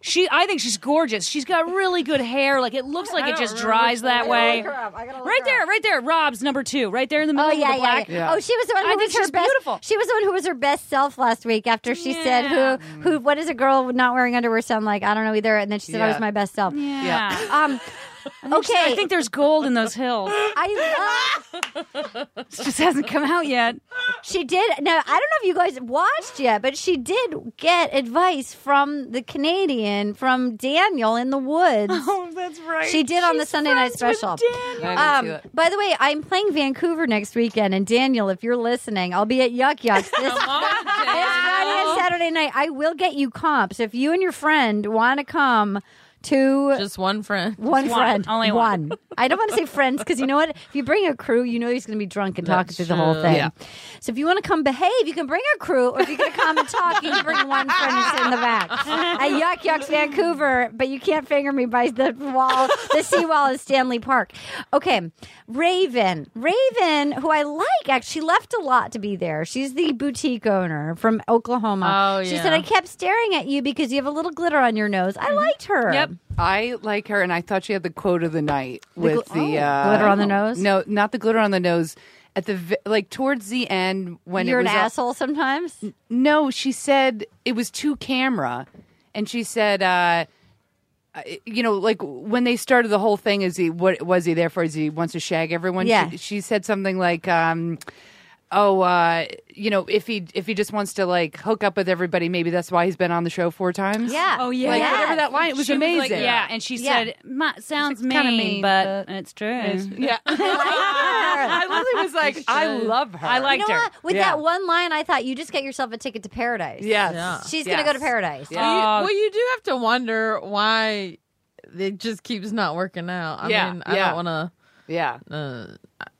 S4: She, I think she's gorgeous. She's got really good hair. Like it looks like it just dries that way. Right there, right there. Rob's number two, right there in the middle
S3: Oh
S4: of
S3: yeah,
S4: the
S3: yeah,
S4: black.
S3: yeah. Oh, she was the one
S4: I
S3: who
S4: think
S3: was her
S4: she's
S3: best.
S4: beautiful.
S3: She was the one who was her best self last week after she said who who what does a girl not wearing underwear sound like? I don't know either. And then she said I was
S5: Yeah.
S3: my best self.
S4: Yeah.
S3: Um, okay.
S4: I think there's gold in those hills.
S3: I love.
S4: It just hasn't come out yet.
S3: She did. Now, I don't know if you guys watched yet, but she did get advice from the Canadian, from Daniel in the woods. Oh, that's right. She did on the Sunday night special. Um, by the way, I'm playing Vancouver next weekend, and Daniel, if you're listening, I'll be at Yuck Yucks this, this Friday and Saturday night. I will get you comps if you and your friend want to come to
S6: Just one friend.
S3: one
S4: Just one.
S3: friend,
S4: Only
S3: one.
S4: one.
S3: I don't want to say friends because you know what? If you bring a crew, you know he's going to be drunk and talking
S6: That's
S3: through the whole
S6: true.
S3: thing.
S5: Yeah.
S3: So if you want to come behave, you can bring a crew, or if you're going to come and talk, you can bring one friend and sit in the back at Yuck Yucks Vancouver. But you can't finger me by the wall, the seawall in Stanley Park. Okay, Raven, Raven, who I like, actually she left a lot to be there. She's the boutique owner from Oklahoma.
S6: Oh,
S3: she
S6: yeah.
S3: said I kept staring at you because you have a little glitter on your nose. I liked her.
S4: Yep.
S5: I like her, and I thought she had the quote of the night with the,
S3: gl- oh.
S5: uh,
S3: Glitter on the nose?
S5: No, not the glitter on the nose. At the vi- like towards the end when
S3: You're
S5: it
S3: an
S5: was all-
S3: asshole sometimes.
S5: No, she said it was to camera, and she said, uh, I- you know, like when they started the whole thing, is he what was he there for? Is he wants to shag everyone?
S3: Yeah.
S5: She, she said something like, um, oh, uh, you know, if he if he just wants to like hook up with everybody, maybe that's why he's been on the show four times.
S3: Yeah.
S4: Oh, yeah.
S5: like
S4: Yes.
S5: whatever that line it was
S4: She was
S5: amazing.
S4: like, yeah, and she
S3: Yeah.
S4: said, "Ma- "Sounds mean,
S5: kinda mean,
S4: but, it's true."
S5: yeah. I literally was like, I love her.
S4: I
S3: You
S4: liked
S3: know
S4: her.
S3: what? With
S5: Yeah.
S3: that one line, I thought you just get yourself a ticket to paradise.
S5: Yes.
S6: Yeah.
S3: She's gonna go to paradise.
S5: Yeah.
S4: Uh,
S6: well, you, well, you do have to wonder why it just keeps not working out. I
S5: Yeah,
S6: mean, I
S5: yeah.
S6: don't want
S5: Yeah.
S6: to. Uh,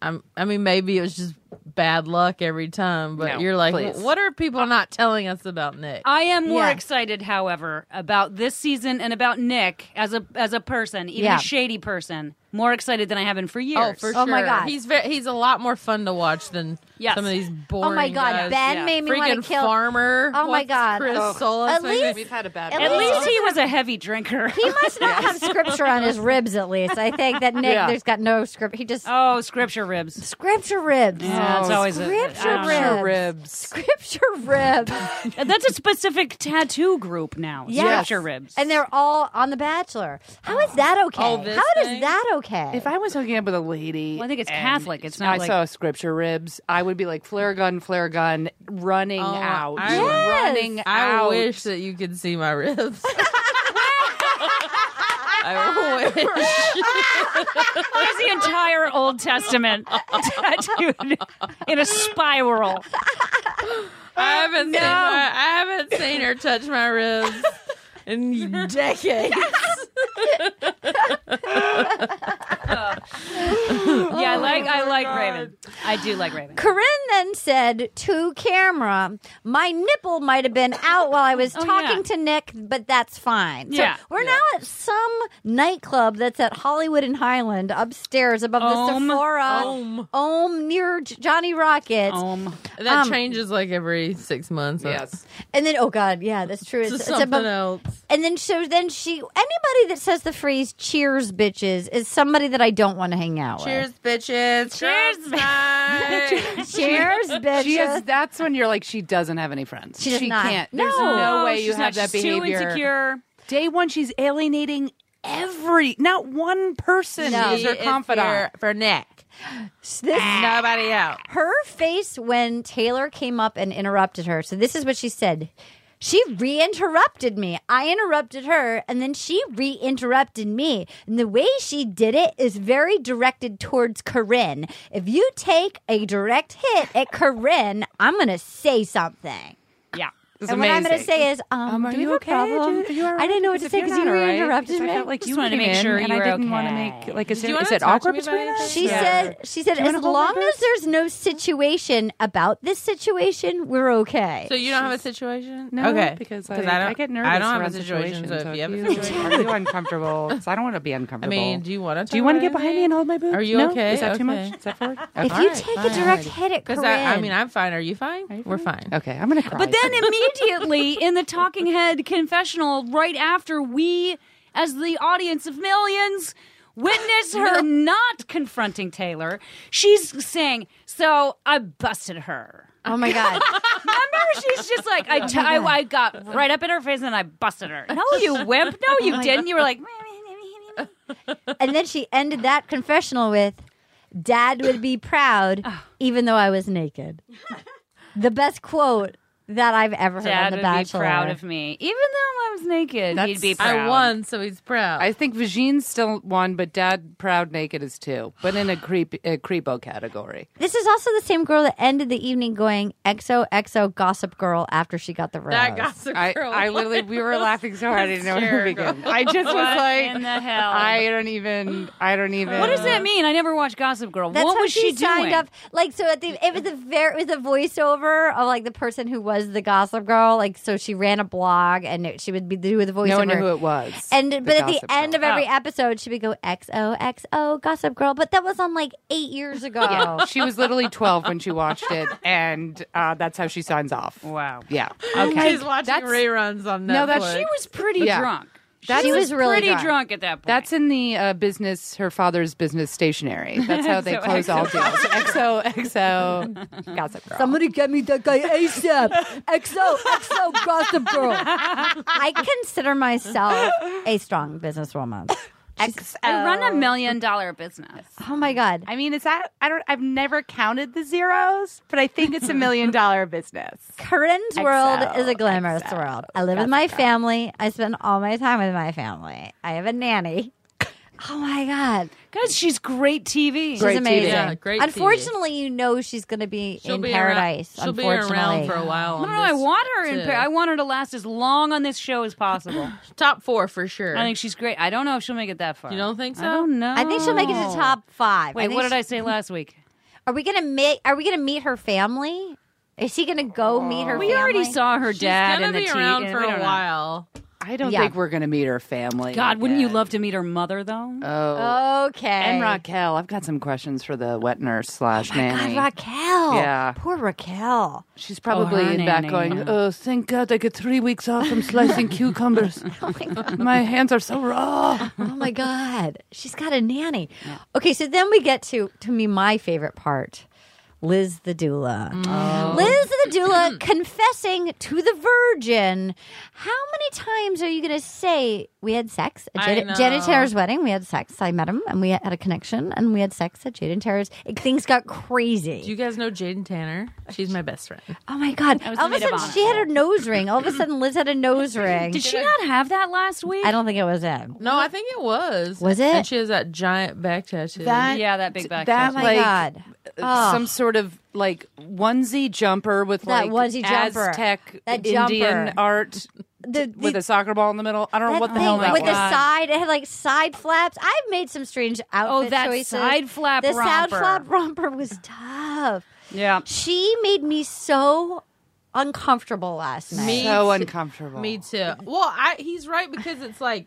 S6: I'm. I mean, maybe it was just bad luck every time. But
S5: No,
S6: you're like,
S5: please.
S6: what are people not telling us about Nick?
S4: I am more
S3: Yeah.
S4: excited, however, about this season and about Nick as a as a person, even
S3: Yeah.
S4: a shady person. More excited than I have been for years.
S6: Oh, for
S3: Oh,
S6: sure.
S3: my God.
S6: he's very, he's a lot more fun to watch than
S4: Yes.
S6: some of these boring.
S3: Oh my God,
S6: guys.
S3: Ben made me wanna
S6: Freaking
S3: kill-
S6: farmer.
S3: Oh, my
S6: What's
S3: God.
S6: Chris
S3: Ugh.
S6: Solis. I
S3: At
S6: mean,
S3: least-
S5: We've had a bad
S3: At
S4: At
S3: least
S4: least he was a heavy drinker.
S3: He must not have scripture on his ribs, at least. I think that Nick,
S5: Yeah.
S3: there's got no script. He just
S4: oh, scripture ribs.
S3: scripture ribs. Oh,
S4: Yeah, it's always a-
S3: scripture
S4: I don't
S3: ribs.
S4: know.
S5: Her ribs.
S3: Scripture ribs.
S4: That's a specific tattoo group now.
S3: Yes.
S4: Scripture ribs.
S3: and they're all on The Bachelor. How is that okay?
S6: Oh, this
S3: How is
S6: thing?
S3: that okay?
S5: If I was hooking up with a lady,
S4: Well, I think it's
S5: and
S4: Catholic. It's not
S5: I
S4: like-
S5: saw scripture ribs. I would be like flare gun, flare gun, running out,
S6: Oh, I-
S3: Yes.
S5: running
S6: I
S5: out.
S6: wish that you could see my ribs. I wish.
S4: Why is the entire Old
S3: Oh
S4: Testament tattooed in a spiral?
S6: I haven't seen her. I haven't seen her touch my ribs in decades.
S4: yeah, I like
S3: Oh
S4: I like Raven. I do like Raven.
S3: Corinne then said to camera, "My nipple might have been out while I was
S4: Oh,
S3: talking
S4: yeah.
S3: to Nick, but that's fine."
S4: Yeah.
S3: so we're now at some nightclub that's at Hollywood and Highland, upstairs above
S4: Ohm.
S3: the Sephora,
S6: Ohm.
S3: Ohm near J- Johnny Rockets,
S4: Um,
S6: That
S3: Um,
S6: changes like every six months. Yes,
S3: and then oh god, yeah, that's true.
S6: to
S3: it's
S6: something
S3: above-
S6: else.
S3: And then so then she anybody that says the phrase "Cheers, bitches" is somebody that I don't want to hang out
S6: Cheers, bitches.
S4: Cheers,
S6: bitches.
S3: with. Cheers, bitches.
S5: She has. That's when you're like, she doesn't have any friends.
S3: She does not.
S5: can't. There's
S3: No.
S5: no, way you
S4: she's
S5: have
S4: not.
S5: that
S4: She's
S5: behavior.
S4: Too insecure.
S5: Day one, she's alienating every not one person
S3: No.
S5: is her confidant.
S6: for neck.
S3: This-
S4: Ah,
S6: Nobody out.
S3: her face when Taylor came up and interrupted her. So this is what she said. She re-interrupted me. I interrupted her, and then she re-interrupted me. And the way she did it is very directed towards Corinne. If you take a direct hit at Corinne, I'm gonna say something.
S4: Yeah.
S5: It's
S3: and what I'm going to
S5: amazing.
S3: say is, um,
S5: Um, are
S3: do we
S5: you
S3: have
S5: okay?
S3: a problem?
S5: Do you- you all
S3: I
S5: right?
S3: didn't know what to
S5: Because
S3: say
S5: if
S3: because
S5: you're
S3: you
S5: not all right,
S3: re-interrupted
S5: because
S3: me.
S5: I felt like
S4: Just
S5: you
S4: wanted to
S5: came
S4: make
S5: in,
S4: sure
S5: and
S4: you
S5: I
S4: were
S5: didn't want to
S4: okay.
S5: make like. Is,
S6: you wanna
S5: is it
S6: talk to
S5: awkward
S6: me about
S5: between us?
S6: anything?
S3: She
S6: Yeah.
S3: said, "She said,
S5: you wanna
S3: as
S5: hold my
S3: long as
S5: purse?
S3: there's no situation about this situation, we're okay."
S6: So you don't have a situation?
S5: No,
S6: okay.
S5: because I,
S6: I, don't,
S5: I get nervous.
S6: I don't have
S5: around
S6: a situation.
S5: situations,
S6: So if you have a situation,
S5: are you uncomfortable? 'Cause I don't want to be
S6: I
S5: uncomfortable.
S6: mean, do you want to?
S5: Do you want to get behind me and hold my boob?
S6: Are you
S5: no?
S6: okay?
S5: Is that
S6: Okay.
S5: too much? Is that forward?
S3: if
S5: Okay.
S3: you
S6: Alright,
S3: take a
S6: fine.
S3: direct hit at
S6: Because
S3: Corinne,
S6: I, I mean, I'm fine. Are you fine? We're fine.
S5: okay, I'm gonna cry.
S4: But then immediately in the Talking Head confessional, right after we, as the audience of millions, witness her not confronting Taylor, she's saying, So I busted her.
S3: oh my god,
S4: Remember, she's just like, I, t- I, I got right up in her face and I busted her. No, you wimp. No, you didn't. You were like,
S3: and then she ended that confessional with, "Dad would be proud, even though I was naked." the best quote that I've ever heard on
S4: Dad
S3: The
S4: would be
S3: Bachelor.
S4: proud of me. Even though I was naked, he'd be proud.
S6: I won, so he's proud.
S5: I think Vagine's still one, but Dad proud naked is two, but in a creep a creepo category.
S3: This is also the same girl that ended the evening going XOXO Gossip Girl after she got the rose.
S6: that gossip
S5: I,
S6: girl.
S5: I literally we were laughing so hard I didn't know where to
S6: Hysterical.
S5: begin. I just was like,
S4: in the hell?
S5: I don't even. I don't even.
S4: What does that mean? I never watched Gossip Girl.
S3: That's
S4: what
S3: how
S4: was
S3: she,
S4: she,
S3: signed
S4: doing?
S3: up. Like so, at the it was a very it was a voiceover of like the person who was the Gossip Girl. Like so, she ran a blog and it, she would be the, the voiceover.
S5: No one knew who it was.
S3: And but at the
S5: Gossip
S3: end
S5: Girl.
S3: of every
S4: Oh.
S3: episode, she would go XOXO Gossip Girl. But that was on like eight years ago.
S5: Yeah, she was literally 12 when she watched it, and uh, that's how she signs off.
S4: Wow.
S5: Yeah.
S6: okay.
S5: Okay.
S6: She's watching
S5: That's-
S6: reruns on Netflix.
S5: No, that's-
S4: She was pretty
S5: Yeah.
S4: drunk.
S5: That's-
S3: She was really
S4: pretty
S3: drunk.
S4: drunk. at that point.
S5: That's in the uh, business, her father's business stationery. That's how they close all deals. XO, XO, Gossip Girl.
S3: Somebody get me that guy ASAP. XO, XO, Gossip Girl. I consider myself a strong businesswoman. XO.
S4: I run a million dollar business.
S3: Oh my God.
S5: I mean, is that, I don't, I've never counted the zeros, but I think it's a million dollar business.
S3: Corinne's world
S5: XO,
S3: is a glamorous
S5: XO,
S3: world. I live with my family. I spend all my time with my family. I have a nanny. Oh my God.
S4: Guys, she's great TV.
S3: She's amazing.
S6: Yeah, great TV.
S3: unfortunately, you know she's going to be
S6: She'll
S3: in
S6: be
S3: paradise.
S6: Around, she'll be
S3: unfortunately.
S6: around for a while.
S4: No,
S6: on
S4: no, I
S6: this,
S4: want her in.
S6: too.
S4: Pa- I want her to last as long on this show as possible.
S6: top four for sure.
S4: I think she's great. I don't know if she'll make it that far.
S6: You don't think so?
S4: I don't know.
S3: I think she'll make it to top five.
S4: Oh. Wait,
S3: think
S4: what did
S3: she-
S4: I say last week?
S3: Are we gonna meet? Are we gonna meet her family? Is she gonna go meet her?
S4: We already
S3: family?
S4: saw her
S6: she's
S4: dad
S6: gonna
S4: in the
S6: be
S4: TV.
S6: around for a while.
S5: I don't
S3: Yeah.
S5: think we're going to meet her family.
S4: God, wouldn't you
S5: again.
S4: love to meet her mother though?
S6: Uh,
S5: Oh.
S3: Okay.
S5: And Raquel, I've got some questions for the wet nurse slash nanny.
S3: Oh God, Raquel.
S5: Yeah.
S3: Poor Raquel.
S5: She's probably
S4: her
S5: in back
S4: nanny,
S5: going,
S4: yeah.
S5: oh, thank God I get three weeks off from slicing cucumbers. My hands are so raw.
S3: Oh my God. She's got a nanny. Okay, so then we get to to me my favorite part. Liz the doula.
S4: Mm.
S3: Liz
S4: Oh.
S3: the doula confessing to the virgin. How many times are you going to say we had sex at
S6: I
S3: Jada,
S6: know.
S3: Jada Terror's wedding? We had sex. I met him and we had a connection and we had sex at Jada Terror's. It- Things got crazy.
S6: Do you guys know Jaden Tanner? She's my best friend.
S3: Oh my God.
S4: was
S3: All of a
S4: made of
S3: sudden,
S4: honor.
S3: she had a nose ring. All of a sudden, Liz had a nose ring.
S4: Did she not have that last week?
S3: I don't think it was him.
S6: No, I think it was.
S3: Was it?
S6: And she has that giant back tattoo.
S4: yeah, that big back.
S5: That
S4: tattoo.
S3: Oh my
S5: like
S3: God. Oh.
S5: some sort of like onesie jumper with
S3: That
S5: like
S3: onesie jumper.
S5: Aztec
S3: That
S5: Indian
S3: jumper.
S5: art
S3: The-
S5: with
S3: the-
S5: a soccer ball in the middle. I don't know
S3: That
S5: what the
S3: thing
S5: hell that
S3: with
S5: was. Oh,
S3: the side, it had like side flaps. I've made some strange outfit
S4: that
S3: choices.
S4: side flap
S3: the side
S4: romper.
S3: flap romper was tough.
S4: Yeah.
S3: She made me so uncomfortable last night.
S6: Me
S5: so
S6: too.
S5: uncomfortable.
S6: Me too. Well, I he's right because it's like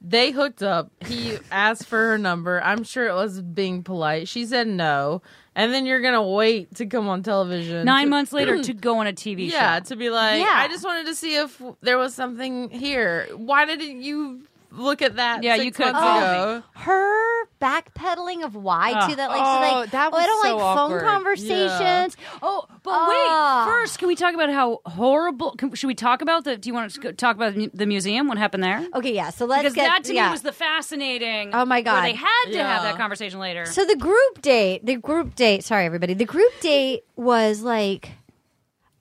S6: they hooked up. He asked for her number. I'm sure it was being polite. She said no, and then you're gonna wait to come on television
S4: Nine
S6: to-
S4: months later to go on a TV
S6: Yeah,
S4: show.
S6: to be like,
S3: Yeah.
S6: I just wanted to see if there was something here. Why didn't you look at that?
S4: Yeah,
S6: six
S4: you could've
S6: months
S4: called
S6: ago?
S3: her backpedaling of why too. That like,
S5: Oh,
S3: she's like
S5: that
S3: oh, I
S5: was
S3: don't
S5: so
S3: like
S5: awkward.
S3: phone conversations.
S4: Oh, but
S3: Ah.
S4: wait! First, can we talk about how horrible? Can, should we talk about the? Do you want to talk about the mu- the museum? What happened there?
S3: Okay, yeah. So Oh, let's
S4: because
S3: get
S4: that to
S3: yeah.
S4: me was the fascinating.
S3: Oh, my
S4: Where
S3: God.
S4: they had to
S6: Yeah.
S4: have that conversation later.
S3: So the group date, the group date, sorry everybody. The group date was like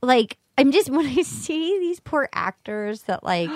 S3: like I'm just when I see these poor actors that like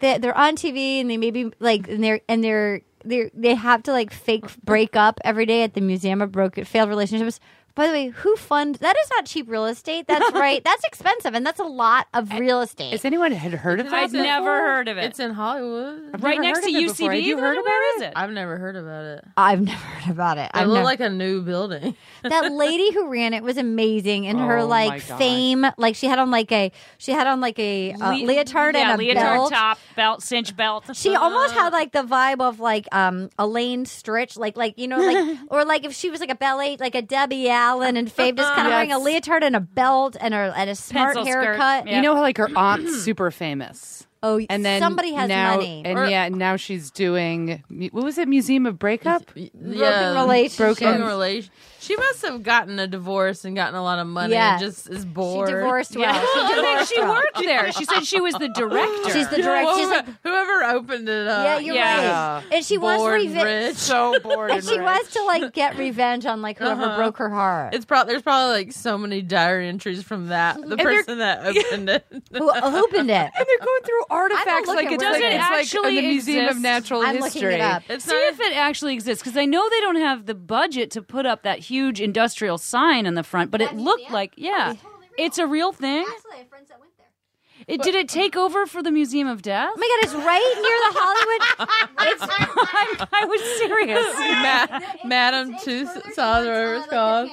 S3: that they're on TV and they maybe like and they're and they're they they have to like fake break up every day at the Museum of Broken Failed Relationships. By the way, who fund that is not cheap real estate. That's right. That's expensive and that's a lot of real estate.
S5: Has anyone had heard of that?
S4: I'd never heard of it.
S6: It's in Hollywood.
S4: right
S5: never
S4: next
S5: heard
S4: to
S5: of it before.
S4: UCB.
S5: Have you
S4: Where-
S5: heard about
S4: where is it?
S6: I've never heard about it.
S3: I've never heard about it.
S6: It
S3: I've
S6: looked
S3: never,
S6: like a new building.
S3: that lady who ran it was amazing in her
S5: Oh, my
S3: like
S5: God.
S3: fame like she had on like a she had on like a uh,
S4: Le-
S3: leotard
S4: yeah,
S3: and a
S4: leotard
S3: belt
S4: top, Uh-huh. belt, cinch belt.
S3: she almost had like the vibe of like um Elaine Stritch, like like you know like or like if she was like a ballet like a Debbie Allen and Fave, just kind of wearing a
S5: Yes.
S3: leotard and a belt and a and a smart
S4: Pencil skirt,
S3: haircut.
S4: yeah.
S5: You know how like her aunt's super famous.
S3: Oh,
S5: And then
S3: somebody has
S5: now,
S3: money.
S5: and
S3: Or
S5: yeah, and now she's doing mu- what was it? Museum of Breakup. um,
S6: yeah.
S3: relationship.
S6: Broken relation. She must have gotten a divorce and gotten a lot of money
S3: Yeah.
S6: and just is
S3: she
S6: bored.
S3: divorced well.
S4: Yeah,
S3: She
S4: I think
S3: divorced
S4: she
S3: well.
S4: worked there. She said she was the director.
S3: She's the director. She's like,
S6: Whoever, whoever opened it up.
S3: yeah, you're
S4: yeah.
S3: right. And she wants
S6: Bored,
S3: revenge.
S6: rich.
S5: So bored.
S3: And she wants to like get revenge on like whoever broke her heart.
S6: It's probably there's probably like so many diary entries from that the person that opened it.
S3: Who opened it?
S5: And they're going through artifacts
S3: look
S5: like
S3: at
S5: it's
S3: where
S5: like,
S3: it
S5: it's like in
S4: actually
S5: the Museum
S4: exists.
S5: of Natural
S3: I'm
S5: History.
S3: looking it up.
S6: It's
S4: See
S6: not
S4: if it actually exists because I know they don't have the budget to put up that huge industrial sign in the front, but it looked like yeah, Oh, it's a real thing. It, did it take over for the Museum of Death?
S3: Oh my god, it's right near the Hollywood. It's
S4: I, I was serious.
S6: Ma- Madam Tussauds, whatever it's called.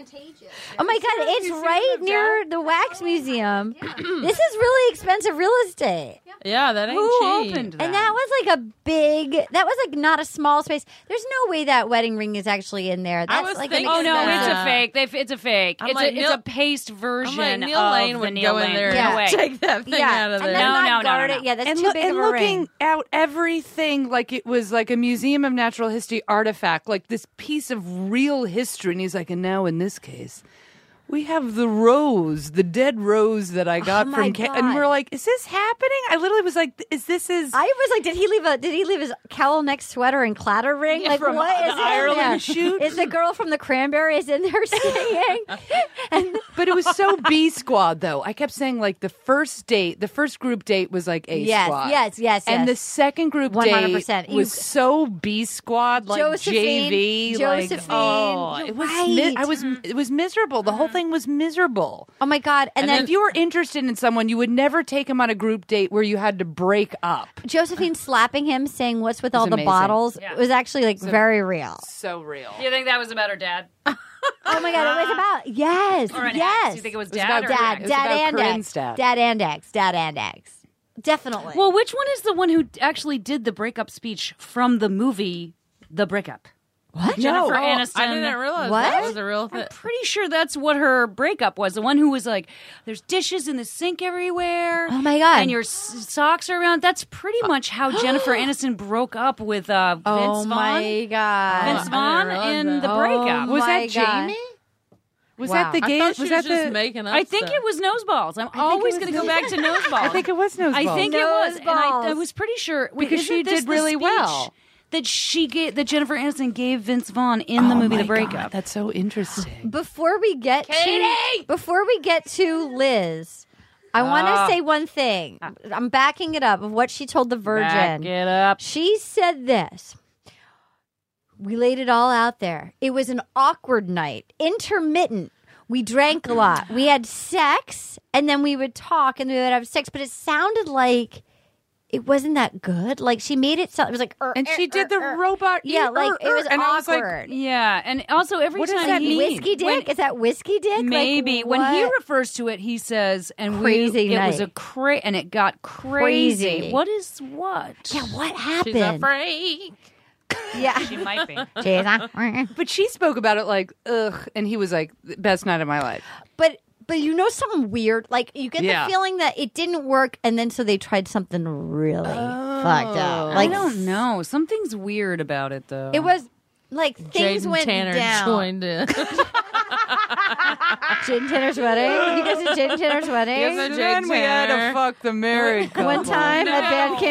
S3: Oh my god, it's right near the wax museum. this is really expensive real estate.
S6: Yeah, that ain't
S4: Who
S6: cheap.
S4: opened that?
S3: And that was like a big that was like not a small space. There's no way that wedding ring is actually in there. That's
S6: was
S3: like
S6: thinking
S4: Oh no, it's a
S6: Yeah.
S4: fake. They, it's a fake.
S6: I'm
S4: it's,
S6: like,
S4: a,
S6: Neil-
S4: it's a paste version
S6: I'm like Neil
S4: of
S6: Lane
S4: the
S6: would
S4: Neil
S6: go in
S4: Lane.
S6: there
S3: Yeah.
S4: No way.
S6: and take that thing
S3: yeah.
S6: out of
S3: and
S6: there.
S3: that's
S4: No,
S3: not
S4: no, no,
S3: guarded.
S4: no.
S3: Yeah, that's
S5: and,
S3: too
S5: loo-
S3: big
S5: and
S3: of a
S5: looking
S3: ring.
S5: out everything like it was like a museum of natural history artifact like this piece of real history and he's like and now in this case we have the rose the dead rose that i got
S3: Oh my
S5: from Ca-" and
S3: God.
S5: we're like is this happening i literally was like is this is
S3: I was like, did he leave a did he leave his cowl neck sweater and clatter ring? like
S4: from
S3: what is
S4: the
S3: in
S4: Ireland
S3: there?
S5: shoot?
S3: Is the girl from the Cranberries in there singing? and
S5: but it was so B squad though. I kept saying like the first date, the first group date was like A
S3: Yes,
S5: squad.
S3: yes, yes,
S5: And
S3: yes.
S5: the second group
S3: 100%.
S5: date was
S3: You-
S5: so B squad, like
S3: Josephine,
S5: JV,
S3: Josephine,
S5: like oh,
S3: you're
S5: it was mi-
S3: right.
S5: I was it was miserable. The whole thing was miserable.
S3: oh my god. And,
S5: And
S3: then,
S5: if you were interested in someone, you would never take them on a group date where you had to break up.
S3: Josephine slapping him saying what's with all the
S5: amazing.
S3: bottles
S4: Yeah.
S3: was actually like very real.
S5: So real.
S4: Do you think that was about her dad?
S3: Oh my god, it was about yes,
S4: Or an
S3: yes.
S4: ex? Do you think it was
S5: was about
S4: dad? or an
S3: dad,
S4: ex?
S5: It was
S3: dad,
S5: about
S3: and
S5: Corinne's
S3: ex,
S5: dad.
S3: dad and ex, dad and ex, definitely.
S4: Well, which one is the one who actually did the breakup speech from the movie The Breakup?
S3: what?
S4: Jennifer
S6: Oh,
S4: Aniston.
S6: I didn't realize
S3: What?
S6: that was a real thing.
S4: Pretty sure that's what her breakup was. The one who was like, "There's dishes in the sink everywhere."
S3: Oh, my God.
S4: And your s- socks are around. That's pretty much how Jennifer Aniston broke up with uh,
S3: oh
S4: Vince Vaughn.
S3: my god!
S6: Oh, I
S4: Vince
S6: didn't
S4: Vaughn
S6: realize
S4: in
S6: that.
S4: the
S3: Oh
S4: breakup.
S5: Was
S3: my
S5: that
S3: God.
S5: Jamie? Was
S3: Wow.
S5: that the
S6: I
S5: game?
S6: thought she
S5: was
S6: was,
S5: that
S6: just
S5: the
S6: making up
S4: I think
S6: stuff.
S4: it was noseballs. I'm always
S3: it
S4: going
S3: was
S4: to go back to noseballs.
S5: I think it was Noseballs.
S4: I think it was, and I, I
S3: Noseballs.
S4: was pretty sure wait,
S5: Because
S4: isn't
S5: she
S4: this
S5: did
S4: the
S5: really
S4: speech
S5: well.
S4: That she gave that Jennifer Aniston gave Vince Vaughn in the
S5: Oh
S4: movie
S5: my
S4: The Breakup.
S5: God, that's so interesting.
S3: Before we get to before we get to Liz, I want
S5: Ah.
S3: to say one thing. I'm backing it up of what she told the Virgin.
S4: Back it up.
S3: She said this. We laid it all out there. It was an awkward night, intermittent. We drank a lot. We had sex, and then we would talk, and then we would have sex. But it sounded like it wasn't that good. Like she made it sound. It was like, er,
S5: And
S3: er,
S5: she did
S3: er,
S5: the
S3: er.
S5: robot.
S3: Yeah,
S5: er,
S3: like it
S5: er,
S3: was
S5: and I was like,
S3: awkward.
S4: Yeah, and also every
S5: What does
S4: time
S5: that
S4: he,
S5: mean?
S3: whiskey dick?
S4: When-
S3: is that whiskey dick? Like,
S4: maybe when he
S3: what?
S4: refers to it, he says, "And
S3: Crazy
S4: we, it was
S3: night.
S4: a cra and it got crazy.
S3: Crazy.
S4: What is what?
S3: yeah, what
S6: She's a
S3: happened?
S6: freak.
S3: Yeah,
S4: She might be.
S3: Jason.
S5: but she spoke about it like, ugh, and he was like, best night of my life.
S3: but but you know something weird like you get
S5: Yeah.
S3: the feeling that it didn't work and then so they tried something really
S5: Oh.
S3: fucked up like
S4: I don't know. Something's weird about it, though.
S3: it was like things
S6: Jaden
S3: went
S6: Tanner
S3: down
S6: joined in.
S3: Jaden Tanner's wedding you guys at Jaden Tanner's wedding
S6: Yes, I
S5: And
S6: Jake
S5: then we had
S6: Tanner.
S5: to fuck the married couple.
S3: one time at band
S6: course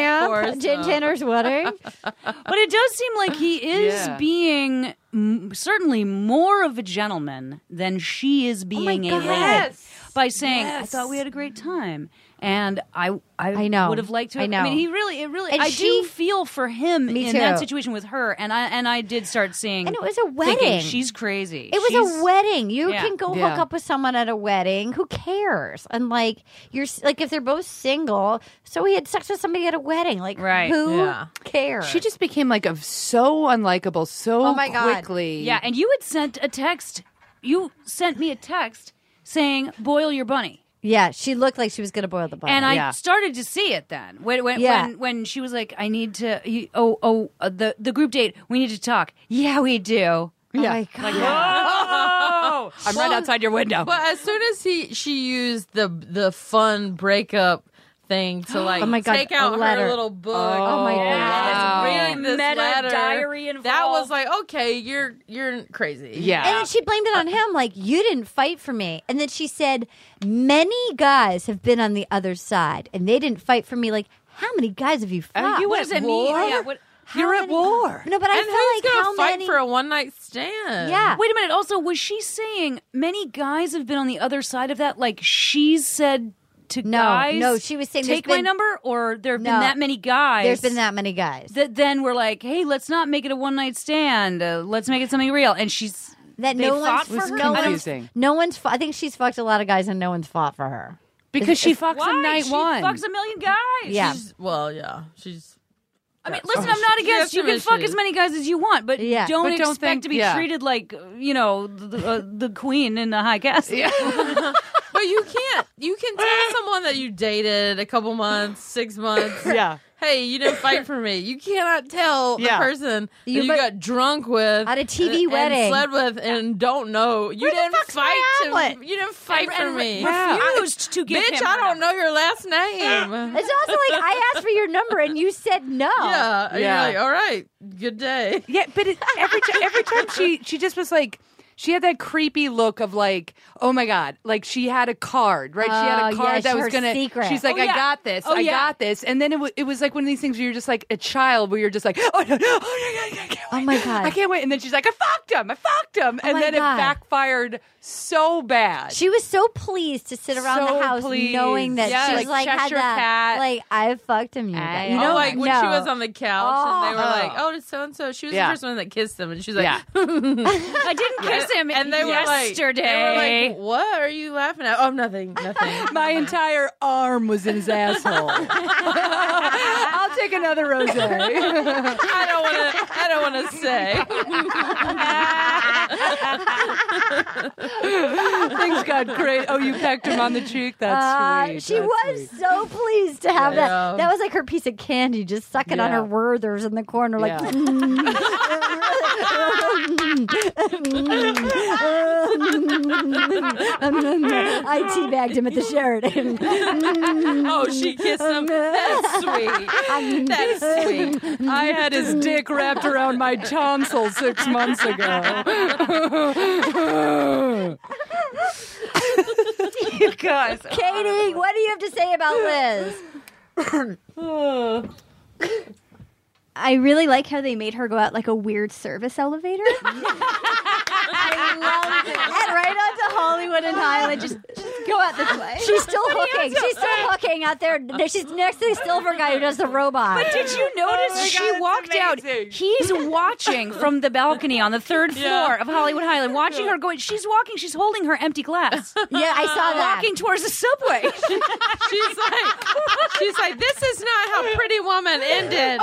S3: camp Jaden
S6: not.
S3: Tanner's wedding
S4: but it does seem like he is
S5: Yeah.
S4: being m- certainly more of a gentleman than she
S3: Oh
S4: is being a lad by saying, "I thought we had a great time." And I, I,
S3: I know.
S4: would have liked to.
S3: I
S4: have-
S3: know.
S4: mean, he really, it really.
S3: And
S4: I
S3: she-
S4: do feel for him
S3: Me
S4: in
S3: too.
S4: that situation with her, and I and I did start seeing.
S3: And it was a
S4: thinking,
S3: wedding.
S4: She's crazy.
S3: It was
S4: She's-
S3: a wedding. You
S4: Yeah.
S3: can go hook
S5: Yeah.
S3: up with someone at a wedding. Who cares? And like you're s- like if they're both single, so he had sex with somebody at a wedding. Like
S4: Right.
S3: who
S6: Yeah.
S3: cares?
S5: She just became like a so unlikable so
S3: Oh my God.
S5: quickly.
S4: Yeah, and you had sent a text. You sent me a text saying, "Boil your bunny."
S3: yeah. She looked like she was gonna boil the bun.
S4: and I
S5: Yeah.
S4: started to see it then when when,
S3: Yeah.
S4: when when she was like, "I need to." You, oh oh, uh, the the group date. We need to talk. Yeah, we do.
S3: oh my god.
S4: Oh, I'm right outside your window.
S6: But as soon as he she used the the fun breakup thing to like
S3: Oh my God,
S6: take
S3: a
S6: out
S3: letter.
S6: her little book.
S3: Oh my
S6: yeah,
S3: god.
S6: reading this
S4: Meta
S6: letter.
S4: diary
S6: That was
S4: involved.
S6: like okay, you're you're crazy.
S5: Yeah.
S3: And then she blamed it on him, like, you didn't fight for me. And then she said, Many guys have been on the other side and they didn't fight for me. Like, how many guys have you fought?
S4: what does it mean? Yeah, what-
S3: How many- No, but I
S6: and who's
S3: feel like
S6: gonna
S3: how
S6: fight
S3: many
S6: for a one night stand?
S3: Yeah.
S4: Wait a minute. Also, was she saying many guys have been on the other side of that? Like she's said to
S3: No,
S4: guys,
S3: no, she was saying there's
S4: take my
S3: been-
S4: number, or there have
S3: No.
S4: been that many guys.
S3: There's been that many guys.
S4: That then we're like, hey, let's not make it a one night stand. Uh, let's make it something real. And she's
S3: that
S4: they
S3: no one's
S4: fought for her.
S3: no one's-
S5: confusing.
S3: No one's. fu- I think she's fucked a lot of guys and no one's fought for her.
S5: because she fucks
S4: Why?
S5: on night
S4: she
S5: one.
S4: fucks a million guys.
S3: Yeah.
S6: She's, well, yeah. She's
S4: I mean, listen, I'm not
S6: Oh, she
S4: against
S6: has
S4: you
S6: some
S4: can fuck
S6: issues.
S4: as many guys as you want, but
S3: Yeah.
S4: don't
S5: But don't
S4: expect
S5: think-
S4: to be
S5: yeah.
S4: treated like uh, you know the, uh, the queen in the high castle. Yeah.
S6: But you can't. You can tell someone that you dated a couple months, six months.
S5: Yeah.
S6: Hey, you didn't fight for me. You cannot tell
S5: Yeah.
S6: the person that
S3: You
S6: you,
S3: bet-
S6: got drunk with
S3: At a TV
S6: and-
S3: wedding.
S6: and slept with, and don't know you
S3: the
S6: didn't
S3: fuck's my
S6: fight to.
S3: omelet?
S6: You didn't fight for me.
S4: Refused to give
S6: Bitch,
S4: him
S6: I
S4: her
S6: don't know your last name.
S3: It's also like I asked for your number and you said no.
S6: yeah, Uh, and
S5: Yeah.
S6: You're like, all right, good day.
S5: Yeah, but it, every ti- every time she she just was like she had that creepy look of like oh my god like she had a card right she had
S3: Oh,
S5: a card
S3: yes,
S5: that
S3: her
S5: was gonna
S3: secret.
S5: she's like
S4: Oh, yeah.
S5: I got this
S4: Oh,
S5: I
S4: yeah.
S5: got this and then it, w- it was like one of these things where you're just like a child where you're just like oh no, no oh, no, no, I can't
S3: Oh,
S5: wait.
S3: my God. Oh
S5: I can't wait and then she's like I fucked him I fucked him and
S3: my
S5: then
S3: God.
S5: it backfired so bad
S3: She was so pleased to sit around
S5: So
S3: the house
S5: pleased.
S3: knowing that
S5: Yes,
S3: she was like
S5: like
S3: had
S5: Cheshire
S3: that
S5: Cat.
S3: like I fucked him you, guys. you
S6: Oh,
S3: know
S6: like when
S3: no.
S6: she was on the couch and they were
S5: Oh.
S6: like, "Oh, so and so." She was
S5: Yeah.
S6: the first one that kissed him, and she was like,
S5: Yeah.
S4: I didn't kiss him
S6: And they were like,
S4: yesterday.
S6: they were like, "What are you laughing at?" Oh, nothing, nothing.
S5: my entire arm was in his asshole I'll take another rosé
S6: I don't want to. I don't want to say.
S5: things got great oh you pecked him on the cheek that's
S3: Uh,
S5: sweet
S3: she
S5: That's
S3: was
S5: sweet.
S3: so pleased to have that.
S6: Yeah.
S3: That was like her piece of candy, just sucking on
S5: Yeah.
S3: her Werther's in the corner, like.
S5: Yeah.
S3: I teabagged him at the Sheridan.
S6: Oh, she kissed him. That's sweet. That's sweet.
S5: I had his dick wrapped around my tonsil six months ago.
S4: guys.
S3: Katie, what do you have to say about Liz?
S7: I really like how they made her go out like a weird service elevator. I loved it. And right onto Hollywood and Highland, just, just
S3: Go out this way. She's still hooking. She's still hooking out there. There- She's next to the silver guy who does the robot.
S4: But did you notice
S3: Oh my
S4: she
S3: God, it's
S4: walked out?
S3: amazing.
S4: He's watching from the balcony on the third floor
S3: Yeah.
S4: of Hollywood Highland, watching her going. She's walking. She's holding her empty glass.
S3: Yeah, I saw that.
S4: Walking towards the subway.
S6: she's like, she's like, this is not how Pretty Woman ended.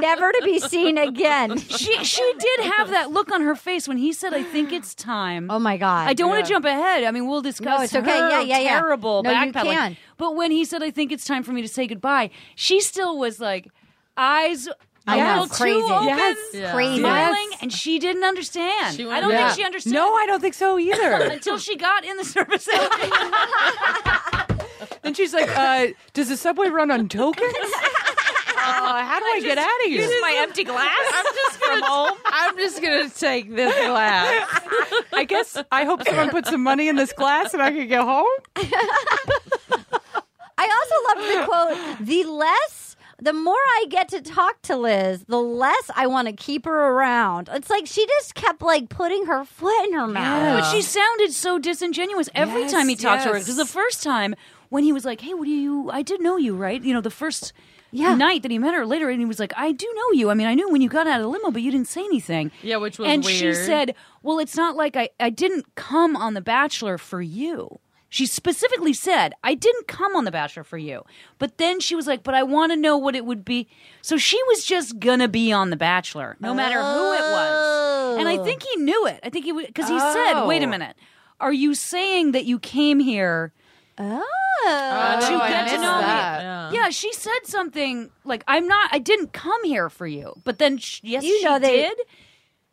S3: Never to be seen again.
S4: she she did have that look on her face when he said, "I think it's time." Oh
S3: my god!
S4: I don't want
S3: Yeah.
S4: to jump ahead. I mean, we'll discuss.
S3: No, it's okay.
S4: her
S3: Yeah, yeah, yeah.
S4: Terrible
S3: No, you
S4: backpedaling.
S3: can.
S4: But when he said, "I think it's time for me to say goodbye," she still was like, eyes.
S3: I know,
S4: a little
S3: crazy.
S4: Too open,
S3: Yes, Yeah. crazy.
S4: Smiling, and she didn't understand.
S5: She
S4: I don't
S5: wasn't-
S4: think she
S5: Yeah.
S4: understood.
S5: No, I don't think so either.
S4: Until she got in the
S6: Oh,
S4: service.
S5: And she's like, uh, does the subway run on tokens? Uh, how do I, get out of here?
S4: Use my empty glass.
S6: I'm just gonna. I'm just gonna take this glass.
S5: I guess I hope someone put some money in this glass and I can go home.
S3: I also loved the quote the less, the more I get to talk to Liz, the less I want to keep her around. It's like she just kept like putting her foot in her mouth.
S4: But she sounded so disingenuous every
S3: Yes,
S4: time he talked to her.
S3: yes.
S4: Because the first time when he was like, "Hey, what do you? I did know you, right?" You know, the first night that he met her later, and he was like, "I do know you. I mean, I knew when you got out of the limo, but you didn't say anything."
S6: Yeah, which was
S4: and
S6: weird.
S4: she said, "Well, it's not like I I didn't come on The Bachelor for you." She specifically said, "I didn't come on The Bachelor for you." But then she was like, "But I want to know what it would be." So she was just gonna be on The Bachelor, no matter who it was. And I think he knew it. I think he because he said, "Wait a
S3: Oh.
S4: minute, are you saying that you came here?"
S3: Oh,
S4: to
S3: I
S4: get to
S3: missed
S4: know
S3: that.
S4: me.
S3: Yeah.
S4: Yeah. she said something like, "I'm not. I didn't come here for you." But then, sh- yes,
S3: You
S4: she
S3: know they-
S4: did.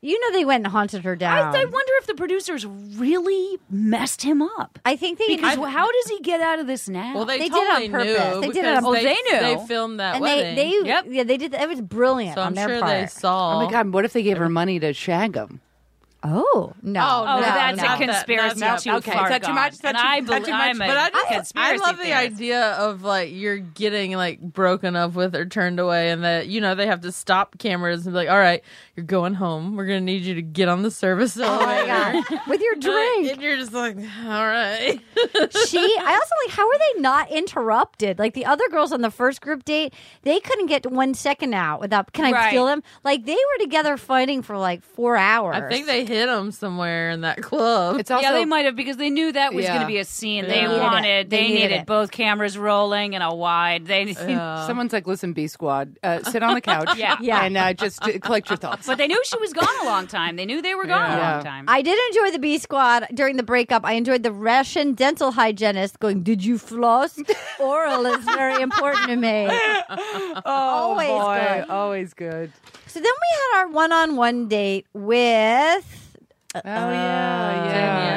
S3: you know they went and haunted her
S4: I,
S3: down.
S4: I wonder if the producers really messed him up.
S3: I think they
S4: because how does he get out of this now?
S6: Well, they,
S3: They did it on
S6: totally
S3: purpose.
S6: knew.
S3: They did it
S6: because
S3: on- Oh,
S6: they
S4: they knew.
S6: They filmed that
S3: and
S6: wedding.
S3: they, they yeah, they did. It was brilliant
S6: So
S3: on
S6: I'm
S3: their
S6: sure
S3: part.
S6: they saw.
S5: Oh my God, what if they gave her money to shag him?
S3: Oh, no.
S6: Oh,
S4: Oh,
S6: no,
S4: that's
S6: not
S4: a conspiracy
S6: that-
S4: too
S6: okay,
S4: far
S6: is that too
S4: gone.
S6: much? Is that
S4: And
S6: too-
S4: I
S6: is that
S4: bel-
S6: too
S4: I'm
S6: much?
S4: a
S6: But I just-
S4: conspiracy
S6: I love the
S4: theorist.
S6: idea of like you're getting like broken up with or turned away, and that you know they have to stop cameras and be like, "All right, you're going home. We're gonna need you to get on the service elevator."
S3: with your drink.
S6: And you're just like, "All right."
S3: she i also like how were they not interrupted like the other girls on the first group date they couldn't get one second out without can i
S4: Right.
S3: feel them like they were together fighting for like four hours
S6: I think they hit him somewhere in that club.
S5: It's
S4: yeah, they might have because they knew that was
S5: Yeah.
S4: going to be a scene.
S6: They
S4: They
S6: needed it.
S4: wanted,
S3: They
S4: they,
S3: needed
S4: needed,
S3: it.
S4: both cameras rolling and a wide. They,
S5: Someone's like, listen, B Squad, uh, sit on the couch
S4: Yeah.
S3: Yeah.
S5: and uh, just uh, collect your thoughts.
S4: but they knew she was gone a long time. They knew they were gone
S5: Yeah.
S4: a long time.
S3: I did enjoy the B Squad during the breakup. I enjoyed the Russian dental hygienist going, Did you floss? Oral is very important to me.
S5: Oh,
S3: Always
S5: boy.
S3: good.
S5: Always good.
S3: So then we had our one on one date with
S5: Oh, yeah. Yeah.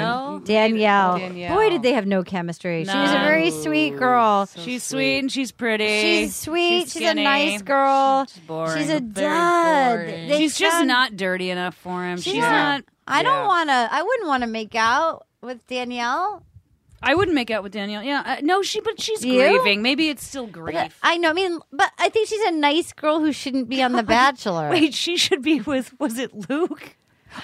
S4: Danielle,
S3: Danielle.
S5: Danielle.
S3: Boy, did they have no chemistry. She was a
S4: No.
S3: very sweet girl.
S4: she's sweet. and she's pretty.
S3: She's sweet. She's, a
S4: skinny.
S3: nice girl. She's,
S4: She's boring.
S6: Very
S3: a dud.
S6: boring.
S3: They
S4: she's just
S3: found-
S4: not dirty enough for him. She's
S3: Yeah.
S4: not.
S3: I
S5: Yeah.
S3: don't want to. I wouldn't want to make out with Danielle.
S4: I wouldn't make out with Danielle. Yeah, uh, no, she. But she's
S3: You?
S4: grieving. Maybe it's still
S3: But
S4: grief.
S3: I know. I mean, but I think she's a nice girl who shouldn't be on The Bachelor.
S4: Wait, she should be with. Was it Luke?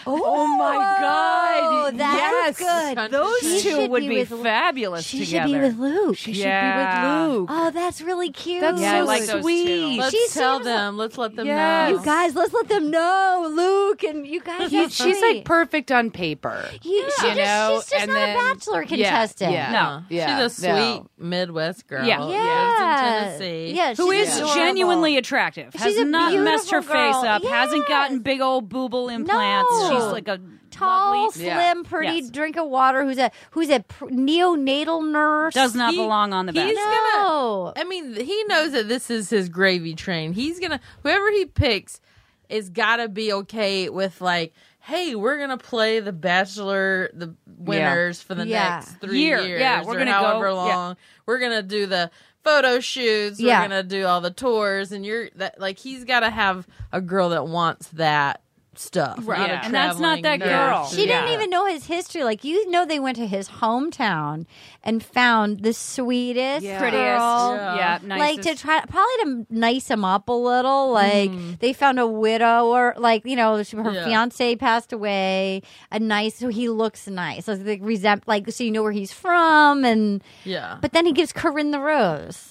S5: Oh, my
S3: Oh,
S5: God.
S3: that's
S5: yes.
S3: good.
S4: Those
S3: She
S4: two
S3: should
S4: would be,
S3: with Lu-
S4: fabulous
S3: She
S4: together.
S3: should be with Luke.
S5: She
S4: Yeah.
S5: should be with Luke.
S3: Oh, that's really cute.
S5: That's
S4: Yeah, I
S5: so
S4: like those
S5: sweet.
S4: too.
S6: Let's
S3: she
S6: tell
S3: seems
S6: them. Let's let them
S5: Yeah.
S6: know.
S3: you guys, let's let them know, Luke, and you guys.
S5: He-
S3: are
S5: she's
S3: sweet.
S5: like perfect on paper.
S3: You- she
S5: you
S3: just,
S5: know,
S3: she's just
S5: and
S3: not
S5: then-
S3: a bachelor
S5: yeah,
S3: contestant.
S5: yeah.
S4: No.
S5: Yeah,
S6: She's a sweet
S5: no.
S6: Midwest girl.
S4: Oh, Yeah.
S6: who lives
S3: Yeah.
S6: in Tennessee.
S3: Yeah,
S4: who
S3: she's
S4: is
S3: adorable.
S4: genuinely attractive.
S3: She's
S4: has
S3: a
S4: not messed her
S3: beautiful
S4: face
S3: girl.
S4: up. Hasn't gotten
S3: Yes.
S4: big old boobable implants.
S3: No.
S4: She's like a
S3: tall,
S4: lovely-
S3: slim,
S5: Yeah.
S3: pretty,
S4: Yes.
S3: drink of water. Who's a who's a pr- neonatal nurse?
S4: does not
S6: He-
S4: belong on the
S6: he's
S4: bench.
S3: no.
S6: I mean, he knows that this is his gravy train. He's gonna whoever he picks is gotta be okay with like, hey, we're gonna play the Bachelor, the winners for the
S3: Yeah.
S6: next three
S4: Year.
S6: years,
S4: Yeah, we're
S6: or
S4: gonna go-
S6: however
S4: yeah.
S6: long. We're gonna do the photo shoots.
S3: Yeah.
S6: We're gonna do all the tours, and you're that like he's gotta have a girl that wants that stuff.
S4: Right.
S6: not a
S4: Yeah. And that's not
S6: traveling
S4: that
S6: nurse.
S4: girl.
S3: She didn't even know his history. Like you know, they went to his hometown and found the sweetest, girl.
S4: Yeah. Prettiest. Yeah. Yeah,
S3: like to
S4: nicest. Mm-hmm.
S3: try probably to nice him up a little. Like they found a widow, or like you know, she- her
S6: Yeah.
S3: fiance passed away. A nice, so he looks nice. So they resent, like so you know where he's from, and
S6: Yeah.
S3: but then he gives Corinne the rose.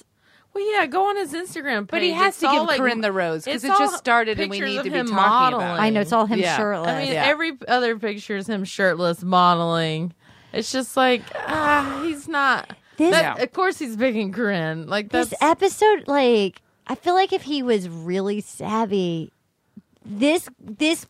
S6: Well, yeah, go on his Instagram page.
S5: But he has
S6: It's
S5: to give
S6: all, like,
S5: Corinne the rose
S6: it's
S5: because it
S6: all
S5: just started and we
S6: pictures
S5: need
S6: of
S5: to be
S6: him
S5: talking about.
S6: modeling.
S5: it.
S3: I know it's all him
S5: Yeah.
S3: shirtless.
S6: I mean,
S5: Yeah.
S6: every other picture is him shirtless modeling. It's just like ah, he's not.
S3: This-
S6: that- Of course, he's picking Corinne. Like that's
S3: this episode like i feel like if he was really savvy this this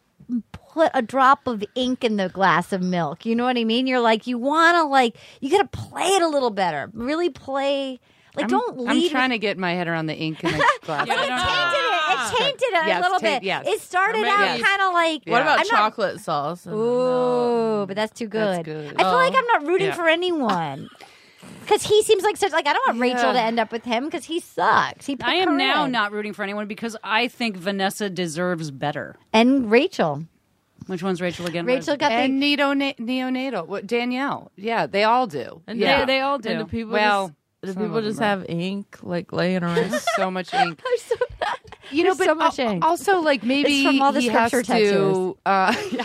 S3: put a drop of ink in the glass of milk you know what i mean you're like you want to like you gotta play it a little better really play like
S5: I'm,
S3: don't
S5: I'm
S3: lead
S5: trying
S3: with-
S5: to get my head around the ink in the glass.
S3: but it tainted it. It tainted it
S5: Yes,
S3: a little
S5: taint-
S3: bit.
S5: yes.
S3: It started
S6: Or
S3: out
S6: maybe-
S3: kind of like
S6: what about
S3: I'm not-
S6: chocolate sauce? And-
S3: Ooh, but that's too good.
S5: That's good.
S3: I feel like
S6: Oh.
S3: I'm not rooting
S5: Yeah.
S3: for anyone. Because he seems like such like I don't want Rachel to end up with him because he sucks. He
S4: I am now
S3: not.
S4: not rooting for anyone because I think Vanessa deserves better.
S3: and Rachel.
S4: Which one's Rachel again?
S3: Rachel got
S5: and
S3: the
S5: neonatal, neonatal, what Danielle? Yeah, they all do.
S6: And
S5: yeah,
S4: They, they all do.
S6: And do people
S5: Well,
S6: just, do
S5: some
S6: people
S5: of them
S6: just
S5: are.
S6: have ink like laying around?
S5: There's so much ink. you know,
S3: There's
S5: but
S3: so much
S5: al-
S3: ink.
S5: also like maybe
S3: from all the
S5: he has
S3: scripture
S5: to. Uh, yeah.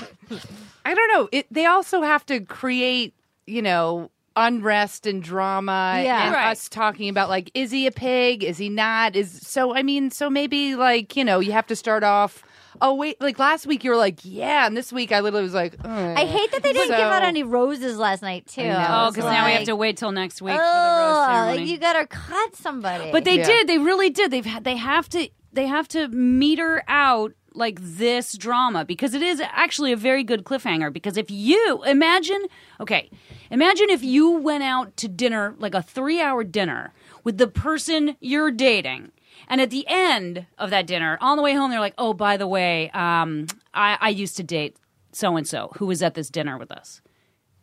S5: I don't know. It, they also have to create, you know, unrest and drama,
S3: Yeah.
S5: and
S4: Right.
S5: us talking about like, is he a pig? Is he not? Is so? I mean, so maybe like you know, you have to start off. Oh wait, like last week you were like, yeah, and this week I literally was like,
S3: I hate that they didn't give out
S5: So-
S3: any roses last night too.
S5: know.
S3: I
S4: Oh,
S3: was
S4: because now we have
S3: like,
S4: to wait till next week
S3: "Ugh,
S4: for the rose
S3: like,
S4: ceremony.
S3: you gotta cut somebody.
S4: But they
S5: Yeah.
S4: did. They really did. They've had, they have to they have to meter out like this drama because it is actually a very good cliffhanger because if you imagine okay, imagine if you went out to dinner like a 3-hour dinner with the person you're dating. And at the end of that dinner, on the way home, they're like, "Oh, by the way, um, I, I used to date so and so who was at this dinner with us."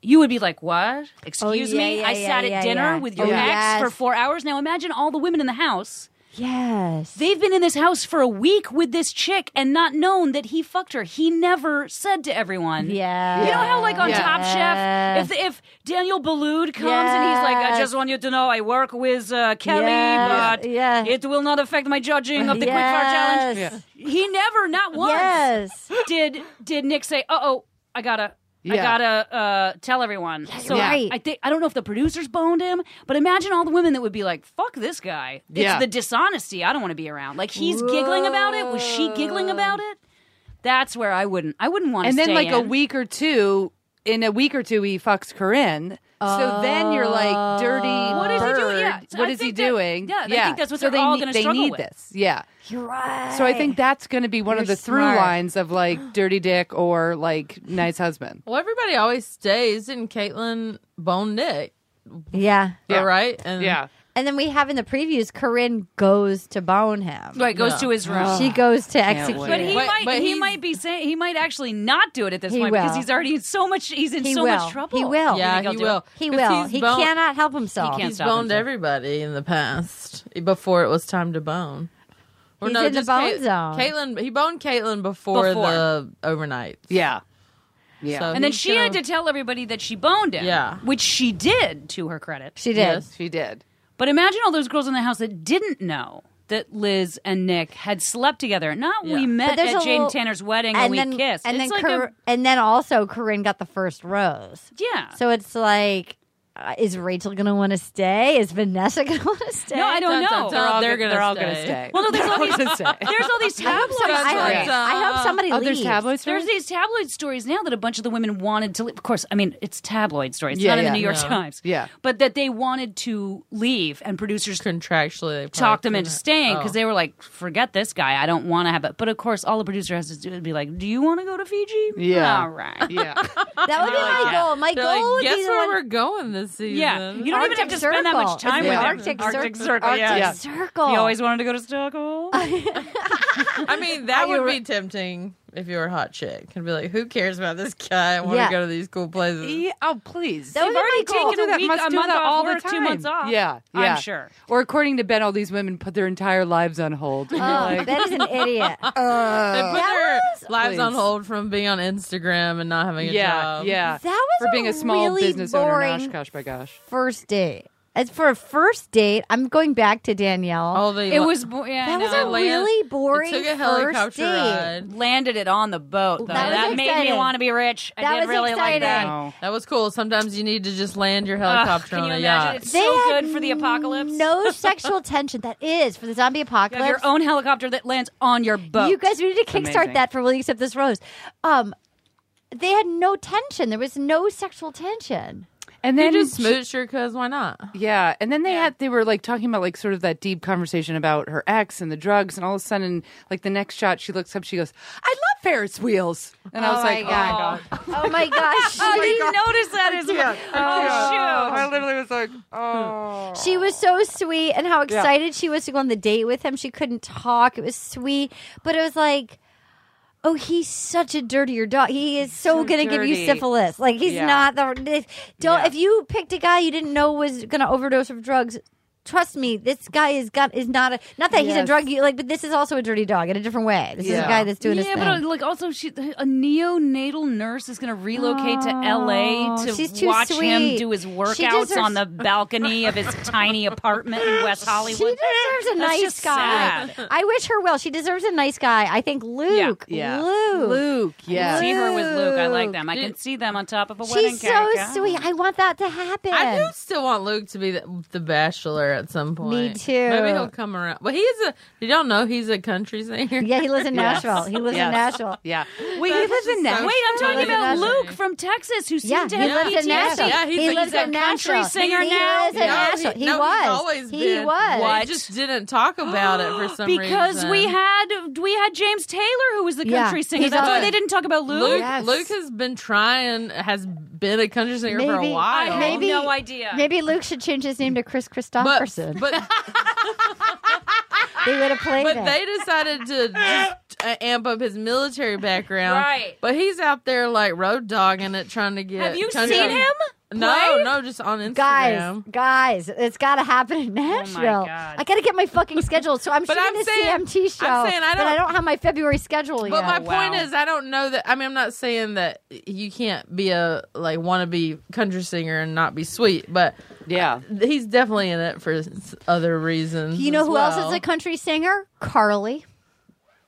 S4: You would be like, "What? Excuse me?
S3: Oh, yeah, yeah,
S4: I
S3: yeah,
S4: sat at
S3: yeah,
S4: dinner
S3: yeah.
S4: with your
S3: Oh,
S4: ex
S3: yes.
S4: for four hours. Now imagine all the women in the house.
S3: yes,
S4: They've been in this house for a week with this chick and not known that he fucked her. He never said to everyone.
S3: yeah.
S4: You know how, like on
S5: Yeah.
S4: Top Chef, if if Daniel Boulud comes and he's like, "I
S3: Yes.
S4: just want you to know, I work with uh, Kelly,
S3: Yes.
S4: but
S3: Yeah.
S4: it will not affect my judging of the quick fart
S3: Yes.
S4: challenge." He never, not once,
S3: yes,
S4: did did Nick say, "Uh oh, I gotta." I
S5: Yeah.
S4: gotta uh, tell everyone. So
S5: Yeah.
S3: right.
S4: I think I don't know if the producers boned him, but imagine all the women that would be like, "Fuck this guy." It's
S5: Yeah.
S4: the dishonesty I don't want to be around. Like he's giggling about it. Was she giggling about it? That's where I wouldn't. I wouldn't want to.
S5: and then
S4: stay
S5: like a
S4: in.
S5: week or two in a week or two he fucks corinne so then you're like dirty
S4: What is he
S5: bird.
S4: doing? Yeah. So
S5: what
S4: I
S5: is he
S4: think that-
S5: doing
S4: yeah, I think that's what
S5: so
S4: they're
S5: they
S4: all
S5: need,
S4: gonna
S5: they
S4: struggle
S5: need
S4: with.
S5: this yeah
S3: you're right.
S5: so i think that's going to be one of
S3: You're
S5: the through
S3: smart.
S5: lines of like dirty dick or like nice husband
S6: well, everybody always stays. Didn't Caitlyn bone Nick?
S3: yeah.
S5: Yeah.
S6: All right. And
S3: And then we have in the previews, Corinne goes to bone him.
S4: right goes to his room.
S3: she goes to execute.
S5: wait.
S4: But he
S6: But-
S4: might.
S6: but
S4: he
S6: he's-
S4: might be saying he might actually not do it at this
S3: He
S4: point because
S3: will.
S4: he's already in so much. He's in
S3: He
S4: so
S3: will.
S4: much
S3: He
S4: trouble.
S3: will.
S4: You
S6: Yeah,
S4: think he'll
S6: he
S4: do
S6: will.
S4: It?
S6: 'Cause
S3: He will.
S6: he's
S3: He
S6: bone-
S3: cannot help himself.
S4: He can't
S6: He's
S4: stop
S6: boned
S4: himself.
S6: everybody in the past before it was time to bone. Or
S3: He's in the
S6: just
S3: bone
S6: Cait-
S3: zone.
S6: Caitlyn, he boned Caitlyn before,
S4: Before.
S6: the overnight.
S5: yeah yeah
S6: So
S4: And then
S6: he's
S4: she had
S6: gonna-
S4: to tell everybody that she boned him.
S6: Yeah.
S4: Which she did, to her credit.
S3: She did.
S6: Yes.
S5: she did
S4: But imagine all those girls in the house that didn't know that Liz and Nick had slept together. Not we
S6: Yeah.
S4: met
S3: But there's
S4: at
S3: a
S4: Jane
S3: little-
S4: Tanner's wedding and,
S3: and
S4: we
S3: then
S4: kissed.
S3: and then
S4: it's like
S3: Cor- and then also Corinne got the first rose.
S4: a, yeah.
S3: So it's like, uh, is Rachel gonna want to stay? Is Vanessa gonna want to stay?
S4: no, I don't
S6: Dun, dun,
S4: know.
S6: dun. They're all
S5: they're,
S6: gonna
S5: all
S6: stay.
S5: going to stay
S4: Well, no, there's all these,
S5: They're all gonna stay.
S4: there's all these
S3: I hope
S4: tabloid
S3: some- I hope-
S4: stories.
S3: I hope somebody
S5: oh
S3: leaves.
S5: there's tabloid stories
S4: There's these tabloid stories now that a bunch of the women wanted to leave. Of course, I mean, it's tabloid stories, it's
S5: Yeah,
S4: not in
S5: yeah.
S4: the New York
S6: Yeah.
S4: Times.
S5: Yeah.
S4: But that they wanted to leave and producers
S6: contractually they
S4: talked
S6: probably
S4: them into
S6: couldn't.
S4: staying because
S6: Oh.
S4: they were like, "Forget this guy. I don't want to have it." But of course, all the producer has to do is be like, "Do you want to go to Fiji?
S5: Yeah.
S4: all right, yeah,
S5: yeah
S3: That would be my
S4: yeah.
S3: goal. My
S6: They're
S3: goal
S6: like,
S3: would
S6: guess
S3: be the
S6: where
S3: one-
S6: we're going this season.
S4: You don't even have to
S3: Arctic
S4: spend that much
S3: Circle.
S4: time
S3: It's
S4: with
S3: the
S4: him.
S3: Arctic Circle.
S4: Arctic Circle.
S3: Arctic
S4: yeah.
S3: Circle.
S4: You always wanted to go to Stockholm.
S6: I mean, that would be tempting if you were a hot chick. And be like, who cares about this guy? I want
S5: Yeah.
S6: to go to these cool places.
S5: Yeah, oh, please.
S4: That
S5: They've
S4: would be
S5: already
S4: my goal.
S5: taken
S4: Do
S5: a
S4: that,
S5: week,
S4: must
S5: a
S4: do
S5: month
S4: that
S5: all
S4: work,
S5: the
S4: two
S5: time.
S4: months off.
S5: Yeah,
S4: I'm
S5: yeah.
S4: sure.
S5: Or according to Ben, all these women put their entire lives on hold.
S3: Oh, that is an idiot.
S6: They put their lives on
S5: Please.
S6: hold from being on Instagram and not having a
S5: Yeah,
S6: job.
S5: yeah.
S3: That was
S5: for being a small
S3: really
S5: business
S3: boring
S5: owner. Gosh, by gosh.
S3: first date. As for a first date, I'm going back to Danielle.
S6: Oh, they
S4: It was bo- yeah,
S3: that
S4: no,
S3: was
S4: I
S3: a
S4: land-
S3: Oh, really boring
S6: took a
S3: first
S6: helicopter
S3: date.
S6: ride.
S4: landed it on the boat though.
S3: That
S4: That,
S3: was
S4: made
S3: exciting.
S4: me want to be rich. I
S3: That
S4: did
S3: was
S4: really like that.
S3: exciting.
S6: That was cool. Sometimes you need to just land your
S4: Ugh,
S6: helicopter
S4: can
S6: on
S4: you
S6: a
S4: imagine?
S6: yacht.
S4: It's
S3: They
S4: so
S3: had
S4: good for the apocalypse.
S3: No sexual tension. That is for the zombie
S4: You
S3: apocalypse.
S4: have your own helicopter that lands on your boat.
S3: You guys, we need to
S5: amazing.
S3: kickstart that for Willing Accept This Rose. Um, they had no tension. There was no sexual tension.
S5: And
S6: You
S5: then
S6: just smooch her because why not?
S5: Yeah, and then they had they were like talking about like sort of that deep conversation about her ex and the drugs, and all of a sudden, like the next shot, she looks up, she goes, "I love Ferris wheels," and I was like,
S3: God. Oh my gosh.
S4: I didn't notice that as well. Oh, shoot.
S5: I literally was like, "Oh."
S3: She was so sweet and how excited she was to go on the date with him. She couldn't talk. It was sweet, but it was like, oh, he's such a dirtier dog. He is so,
S5: So
S3: going to give you
S5: dirty.
S3: syphilis. Like he's
S5: Yeah.
S3: not the if- don't.
S5: Yeah.
S3: If you picked a guy you didn't know was going to overdose of drugs. Trust me, this guy is got is not a not that he's a
S5: Yes.
S3: drug u- like, but this is also a dirty dog in a different way. This is a
S5: Yeah.
S3: guy that's doing
S4: yeah,
S3: his thing.
S4: but uh, like also she a neonatal nurse is going to relocate to
S3: Oh,
S4: LA to
S3: she's too
S4: watch him
S3: sweet.
S4: do his
S3: She
S4: workouts
S3: deserves-
S4: on the balcony of his tiny apartment in West Hollywood.
S3: She deserves a
S4: That's
S3: nice
S4: just
S3: guy.
S4: sad.
S3: I wish her well. She deserves a nice guy. I think Luke.
S5: Yeah.
S3: Luke.
S5: Luke, yeah.
S4: See her with Luke. I like
S3: Luke.
S4: them. I can see them on top of a wedding
S3: She's so
S4: cake.
S3: sweet. I want that to happen.
S6: I do still want Luke to be the, the bachelor at some point.
S3: too.
S6: Maybe he'll come around. But he's a. You don't know he's a country singer.
S3: Yeah, he lives in
S5: Yes.
S3: Nashville. He lives in
S5: Yes.
S3: Nashville.
S5: Yeah. Wait,
S6: That's
S5: you live
S6: just
S5: in
S6: so
S5: Nashville?
S4: Wait, I'm talking
S3: lives in
S4: about
S3: Nashville.
S4: Luke from Texas who seemed
S3: Yeah,
S4: to
S3: he
S4: have
S3: lives in
S4: PTSD.
S3: Nashville.
S6: Yeah, he's
S3: he
S6: a-
S3: lives
S6: he's a
S3: in
S4: country
S3: Nashville.
S4: singer
S3: he
S4: now?
S3: lives in
S4: No,
S3: Nashville.
S6: he-
S3: He,
S6: no, he's
S3: was.
S6: always
S3: he
S6: been.
S3: was.
S6: They just didn't talk about it for some reason.
S4: because we had we had James Taylor who was the
S3: Yeah.
S4: country singer.
S3: He's
S4: That's why
S3: awesome.
S4: they didn't talk about Luke.
S6: Luke,
S3: Yes.
S6: Luke has been trying, has been a country singer for a
S3: Maybe-
S6: while.
S4: I
S3: Maybe-
S4: have no idea.
S3: Maybe Luke should change his name to Chris
S6: but,
S3: Christopherson.
S6: but
S3: they would have played
S6: but
S3: it.
S6: they decided to just uh, amp up his military background.
S4: Right.
S6: But he's out there like road dogging it, trying to get.
S4: Have you
S6: country-
S4: seen him?
S6: No,
S4: play?
S6: no, just on Instagram.
S3: Guys, guys, it's got to happen in Nashville.
S4: God.
S3: I got to get my fucking schedule. So I'm
S6: Oh But
S3: shooting
S6: I'm
S3: this
S6: saying- I'm
S3: CMT show,
S6: saying I
S3: but I
S6: don't-
S3: don't have my February schedule
S6: But
S3: yet.
S6: my
S4: Wow.
S6: point is, I don't know that. I mean, I'm not saying that you can't be a like wannabe country singer and not be sweet, but
S5: Yeah.
S6: he's definitely in it for s- other reasons.
S3: you know
S6: as
S3: who else
S6: well.
S3: is a country singer? Carly.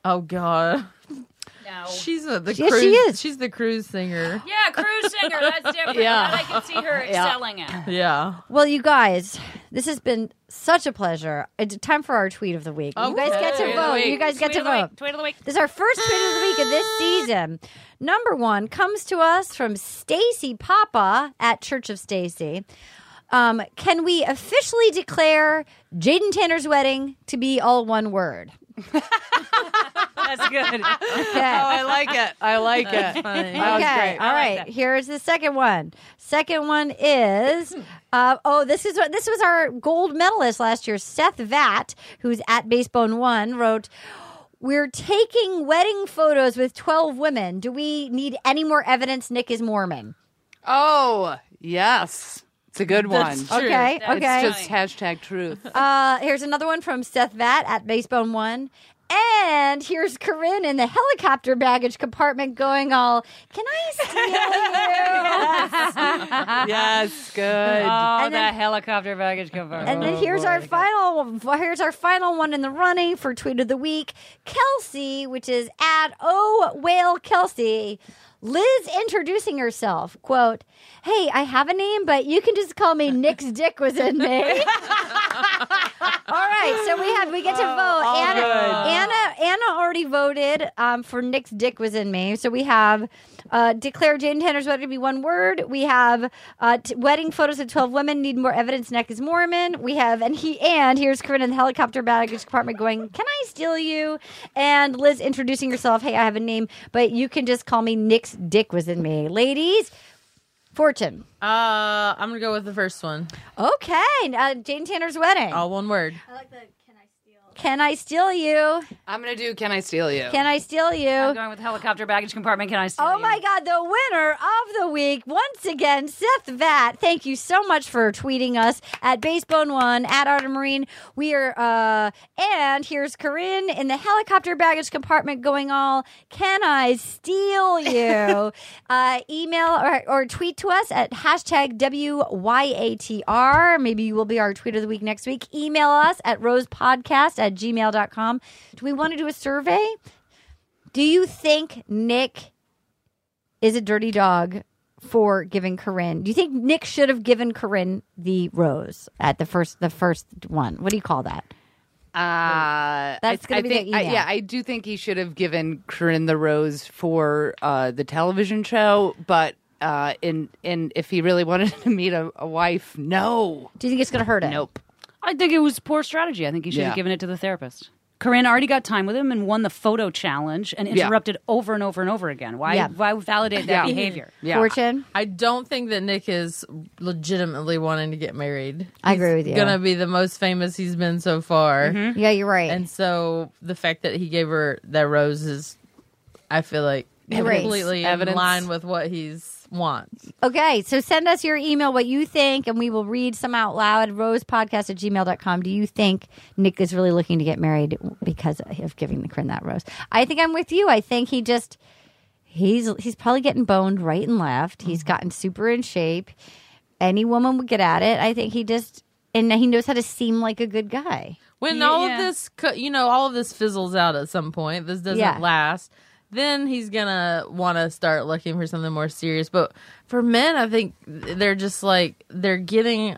S6: Oh God,
S4: No.
S6: she's a, the
S3: Yes,
S6: cruise.
S3: she is.
S6: She's the cruise singer.
S4: Yeah, cruise singer. That's different.
S5: Yeah.
S4: That I can see her excelling at.
S6: Yeah.
S3: Well, you guys, this has been such a pleasure. It's time for our tweet of the week. You guys get
S6: Tweet of the
S3: to vote.
S6: week.
S3: You guys get
S4: Tweet
S3: to
S4: of the
S3: vote.
S4: week. Tweet of the week.
S3: This is our first tweet of the week of this season. Number one comes to us from Stacy Papa at Church of Stacy. Um, can we officially declare Jaden Tanner's wedding to be all one word?
S4: That's good. Oh,
S3: Okay.
S6: Oh,
S5: I like it. I like it. That was
S3: okay.
S5: great.
S3: All right. Here's the second one. Second one is uh, oh, this is what this was our gold medalist last year, Seth Vatt, who's at Basebone One, wrote. We're taking wedding photos with 12 women. Do we need any more evidence Nick is Mormon?
S5: Oh, yes. It's a good one.
S6: That's true.
S3: Okay,
S4: That's
S3: okay.
S4: true.
S5: It's hashtag truth.
S3: Uh, here's another one from Seth Vatt at Basebone One. And here's Corinne in the helicopter baggage compartment going all, can I steal you?
S5: yes, good.
S4: Oh,
S3: And then-
S4: that helicopter baggage cover.
S3: And then here's our final here's our final one in the running for tweet of the week. Kelsey, which is at O Whale Kelsey. Liz introducing herself, quote, Hey, I have a name, but you can just call me Nick's dick was in me. All right, so we have we get to vote. Anna, Anna Anna already voted um, for Nick's dick was in me. So we have uh, declare Jane Tanner's wedding to be one word. We have uh, t- wedding photos of twelve women need more evidence. Neck is Mormon. We have and he and here's Corinne in the helicopter baggage compartment going. Can I steal you? And Liz introducing herself. Hey, I have a name, but you can just call me Nick's dick was in me, ladies. Fortune.
S6: Uh, I'm gonna go with the first one. Oh,
S3: Okay, uh, Jane Tanner's wedding.
S6: All one word.
S7: I like the can I steal?
S3: Can I steal you?
S5: I'm gonna do. Can I steal you?
S3: Can I steal you?
S4: I'm going with helicopter baggage compartment. Can I steal
S3: oh
S4: you?
S3: my God, the winner of the week, once again, Seth Vatt. Thank you so much for tweeting us at Basebone1, at Artemarine. We are, uh, and here's Corinne in the helicopter baggage compartment going all, can I steal you? uh, email or, or tweet to us at hashtag WYATR. Maybe you will be our tweet of the week next week. Email us at rosepodcast at gmail.com. Do we want to do a survey? Do you think Nick is a dirty dog for giving Corinne? Do you think Nick should have given Corinne the rose at the first the first one? What do you call that?
S5: Uh,
S3: That's
S5: I-
S3: gonna
S5: I
S3: be the
S5: think, I-
S3: email.
S5: yeah, I do think he should have given Corinne the rose for uh, the television show, but uh, in in if he really wanted to meet a, a wife, no.
S3: Do you think it's going to hurt him?
S5: Nope.
S4: I think it was poor strategy. I think he should
S5: Yeah.
S4: have given it to the therapist. Corinne already got time with him and won the photo challenge and
S5: Yeah.
S4: interrupted over and over and over again. Why?
S3: Yeah.
S4: Why validate that behavior?
S5: Yeah.
S3: Fortune.
S6: I don't think that Nick is legitimately wanting to get married.
S3: I agree with you.
S6: Gonna be the most famous he's been so far.
S3: yeah, you're right.
S6: And so the fact that he gave her that rose is, I feel like,
S3: Evidence.
S6: completely
S5: Evidence.
S6: in line with what he's wants.
S3: okay, so send us your email what you think, and we will read some out loud. Rosepodcast at gmail.com. Do you think Nick is really looking to get married because of giving the Corinne that rose? I think I'm with you. I think he just he's he's probably getting boned right and left. He's gotten super in shape. Any woman would get at it. I think he just and he knows how to seem like a good guy.
S6: When
S4: Yeah,
S6: all
S4: yeah.
S6: of this, co- you know, all of this fizzles out at some point, this doesn't
S3: Yeah.
S6: last, then he's gonna want to start looking for something more serious. But for men, I think they're just like, they're getting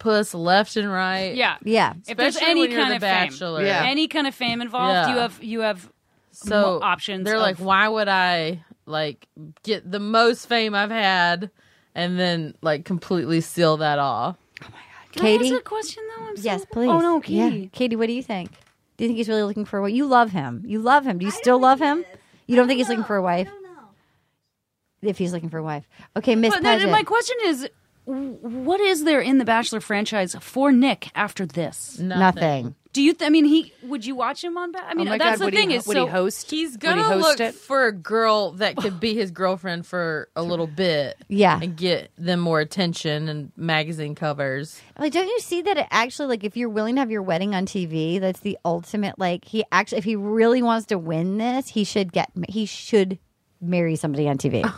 S6: puss left and right.
S4: Yeah.
S3: Yeah.
S4: If there's
S6: Especially
S4: any
S6: when you're
S4: kind
S6: the
S4: of
S6: bachelor.
S4: fame,
S5: Yeah.
S4: any kind of fame involved,
S6: Yeah.
S4: you have you have
S6: so
S4: mo- options
S6: They're
S4: of-
S6: like, why would I like get the most fame I've had and then like completely seal that off?
S4: Can I ask
S3: Katie?
S4: a question though? I'm so-
S3: Yes, please.
S4: Oh no,
S3: Yeah.
S4: Katie.
S3: Katie, what do you think? Do you think he's really looking for a wife? You love him. You love him. Do you still love him? You don't think he's looking for a wife? If he's looking for a wife. Okay, Miss
S4: But then
S3: Paget.
S4: my question is, w- what is there in the Bachelor franchise for Nick after this?
S3: Nothing.
S4: Do you? Th- I mean, he would you watch him on? Ba- I mean,
S5: oh my God,
S4: that's the
S5: would
S4: thing
S5: he,
S4: is,
S5: would
S4: so
S5: he host?
S6: He's
S5: would he
S6: gonna
S5: host
S6: look
S5: it?
S6: for a girl that could be his girlfriend for a little bit.
S3: Yeah.
S6: And get them more attention and magazine covers.
S3: Like, don't you see that it actually, like, if you're willing to have your wedding on TV, that's the ultimate, like, he actually, if he really wants to win this, he should get, he should marry somebody on TV.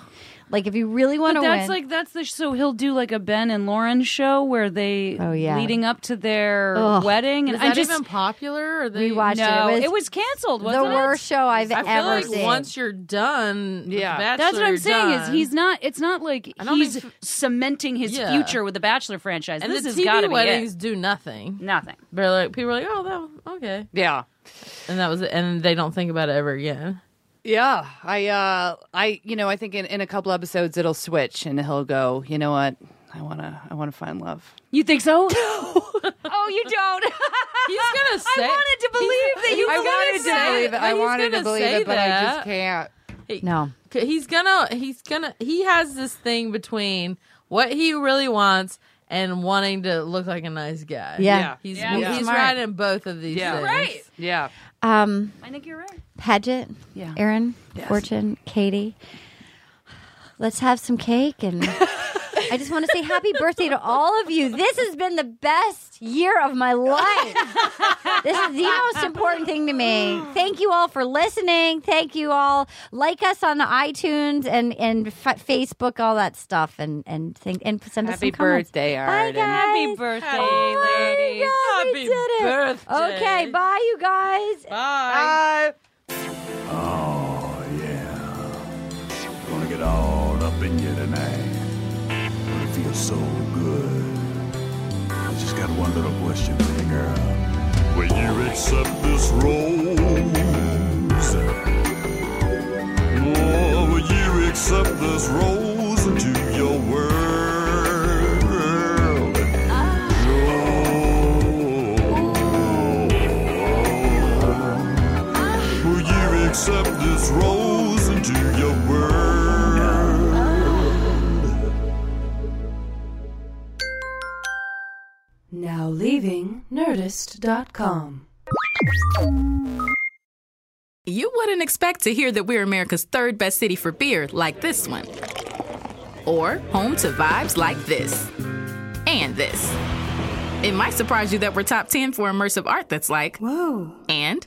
S3: like, if you really want
S4: But
S3: to win.
S4: that's like that's the so he'll do like a Ben and Lauren show where they
S3: Oh, yeah.
S4: leading up to their
S3: Ugh.
S4: wedding and
S6: Is that
S4: I just
S6: even popular? Or they,
S3: We watched
S4: no,
S3: it.
S4: it
S3: It was,
S4: was, canceled.
S3: the
S4: Wasn't it?
S3: worst show I've
S6: I
S3: ever
S6: feel like
S3: seen.
S6: once you're done,
S5: Yeah.
S6: with
S4: That's what
S6: Bachelor,
S4: I'm saying
S6: you're
S4: is he's
S6: done.
S4: not. It's not like
S6: I don't
S4: he's
S6: think f-
S4: cementing his
S6: Yeah.
S4: future with the Bachelor franchise.
S6: and
S4: this
S6: the
S4: has got to
S6: TV
S4: be
S6: weddings
S4: it.
S6: do nothing.
S4: Nothing.
S6: They're like people are like, oh, that okay,
S5: Yeah.
S6: and that was it, and they don't think about it ever again.
S5: Yeah, I, uh, I, you know, I think in, in a couple episodes it'll switch and he'll go. You know what? I wanna, I wanna find love.
S4: You think so? oh, you don't.
S6: He's gonna say.
S4: I wanted to believe that you.
S5: I
S4: were gonna
S5: wanted to
S4: say-
S5: believe it. I
S6: he's
S5: wanted to
S6: gonna
S5: believe
S6: say
S5: it, but I
S6: that.
S5: just can't.
S4: Uh,
S3: no.
S6: C- he's gonna he's gonna he has this thing between what he really wants and wanting to look like a nice guy.
S3: Yeah. Yeah.
S6: He's
S4: Yeah.
S6: he's
S3: Smart.
S6: right in both of these
S5: Yeah.
S6: things.
S4: Right.
S5: Yeah.
S3: Um,
S4: I think you're right.
S3: Paget,
S4: Yeah.
S3: Aaron, Fortune, Katie. Let's have some cake and I just want to say happy birthday to all of you. This has been the best year of my life. This is the most important thing to me. Thank you all for listening. Thank you all. Like us on iTunes and and fa Facebook, all that stuff, and and think and send us
S5: Happy
S3: some comments.
S5: birthday,
S3: Bye,
S5: Arden.
S3: guys.
S4: Happy birthday,
S3: Oh my
S4: ladies.
S3: God, we
S6: Happy
S3: did it.
S6: birthday.
S3: Okay, bye, you guys.
S6: Bye.
S8: Oh, Gonna get all up in you tonight. Gonna feel so good. I just got one little question for you, girl. Will you accept this rose? Oh, will you accept this rose into your world? Oh. Will you accept this rose into your world?
S2: Now leaving Nerdist.com.
S9: You wouldn't expect to hear that we're America's third best city for beer like this one, or home to vibes like this and this. It might surprise you that we're top 10 for immersive art that's like, whoa, and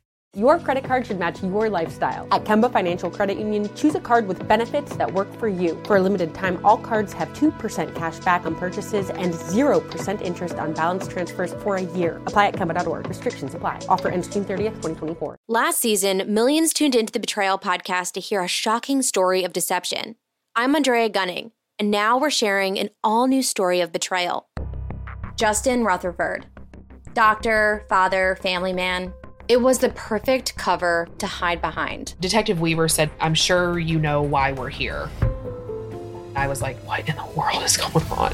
S10: Your credit card should match your lifestyle. At Kemba Financial Credit Union, choose a card with benefits that work for you. For a limited time, all cards have 2% cash back on purchases and 0% interest on balance transfers for a year. Apply at Kemba.org. Restrictions apply. Offer ends June 30th, 2024.
S11: Last season, millions tuned into the Betrayal podcast to hear a shocking story of deception. I'm Andrea Gunning, and now we're sharing an all new story of betrayal. Justin Rutherford, doctor, father, family man. It was the perfect cover to hide behind.
S12: Detective Weaver said, I'm sure you know why we're here. I was like, what in the world is going on?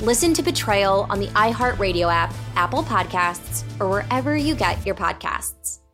S11: Listen to Betrayal on the iHeartRadio app, Apple Podcasts, or wherever you get your podcasts.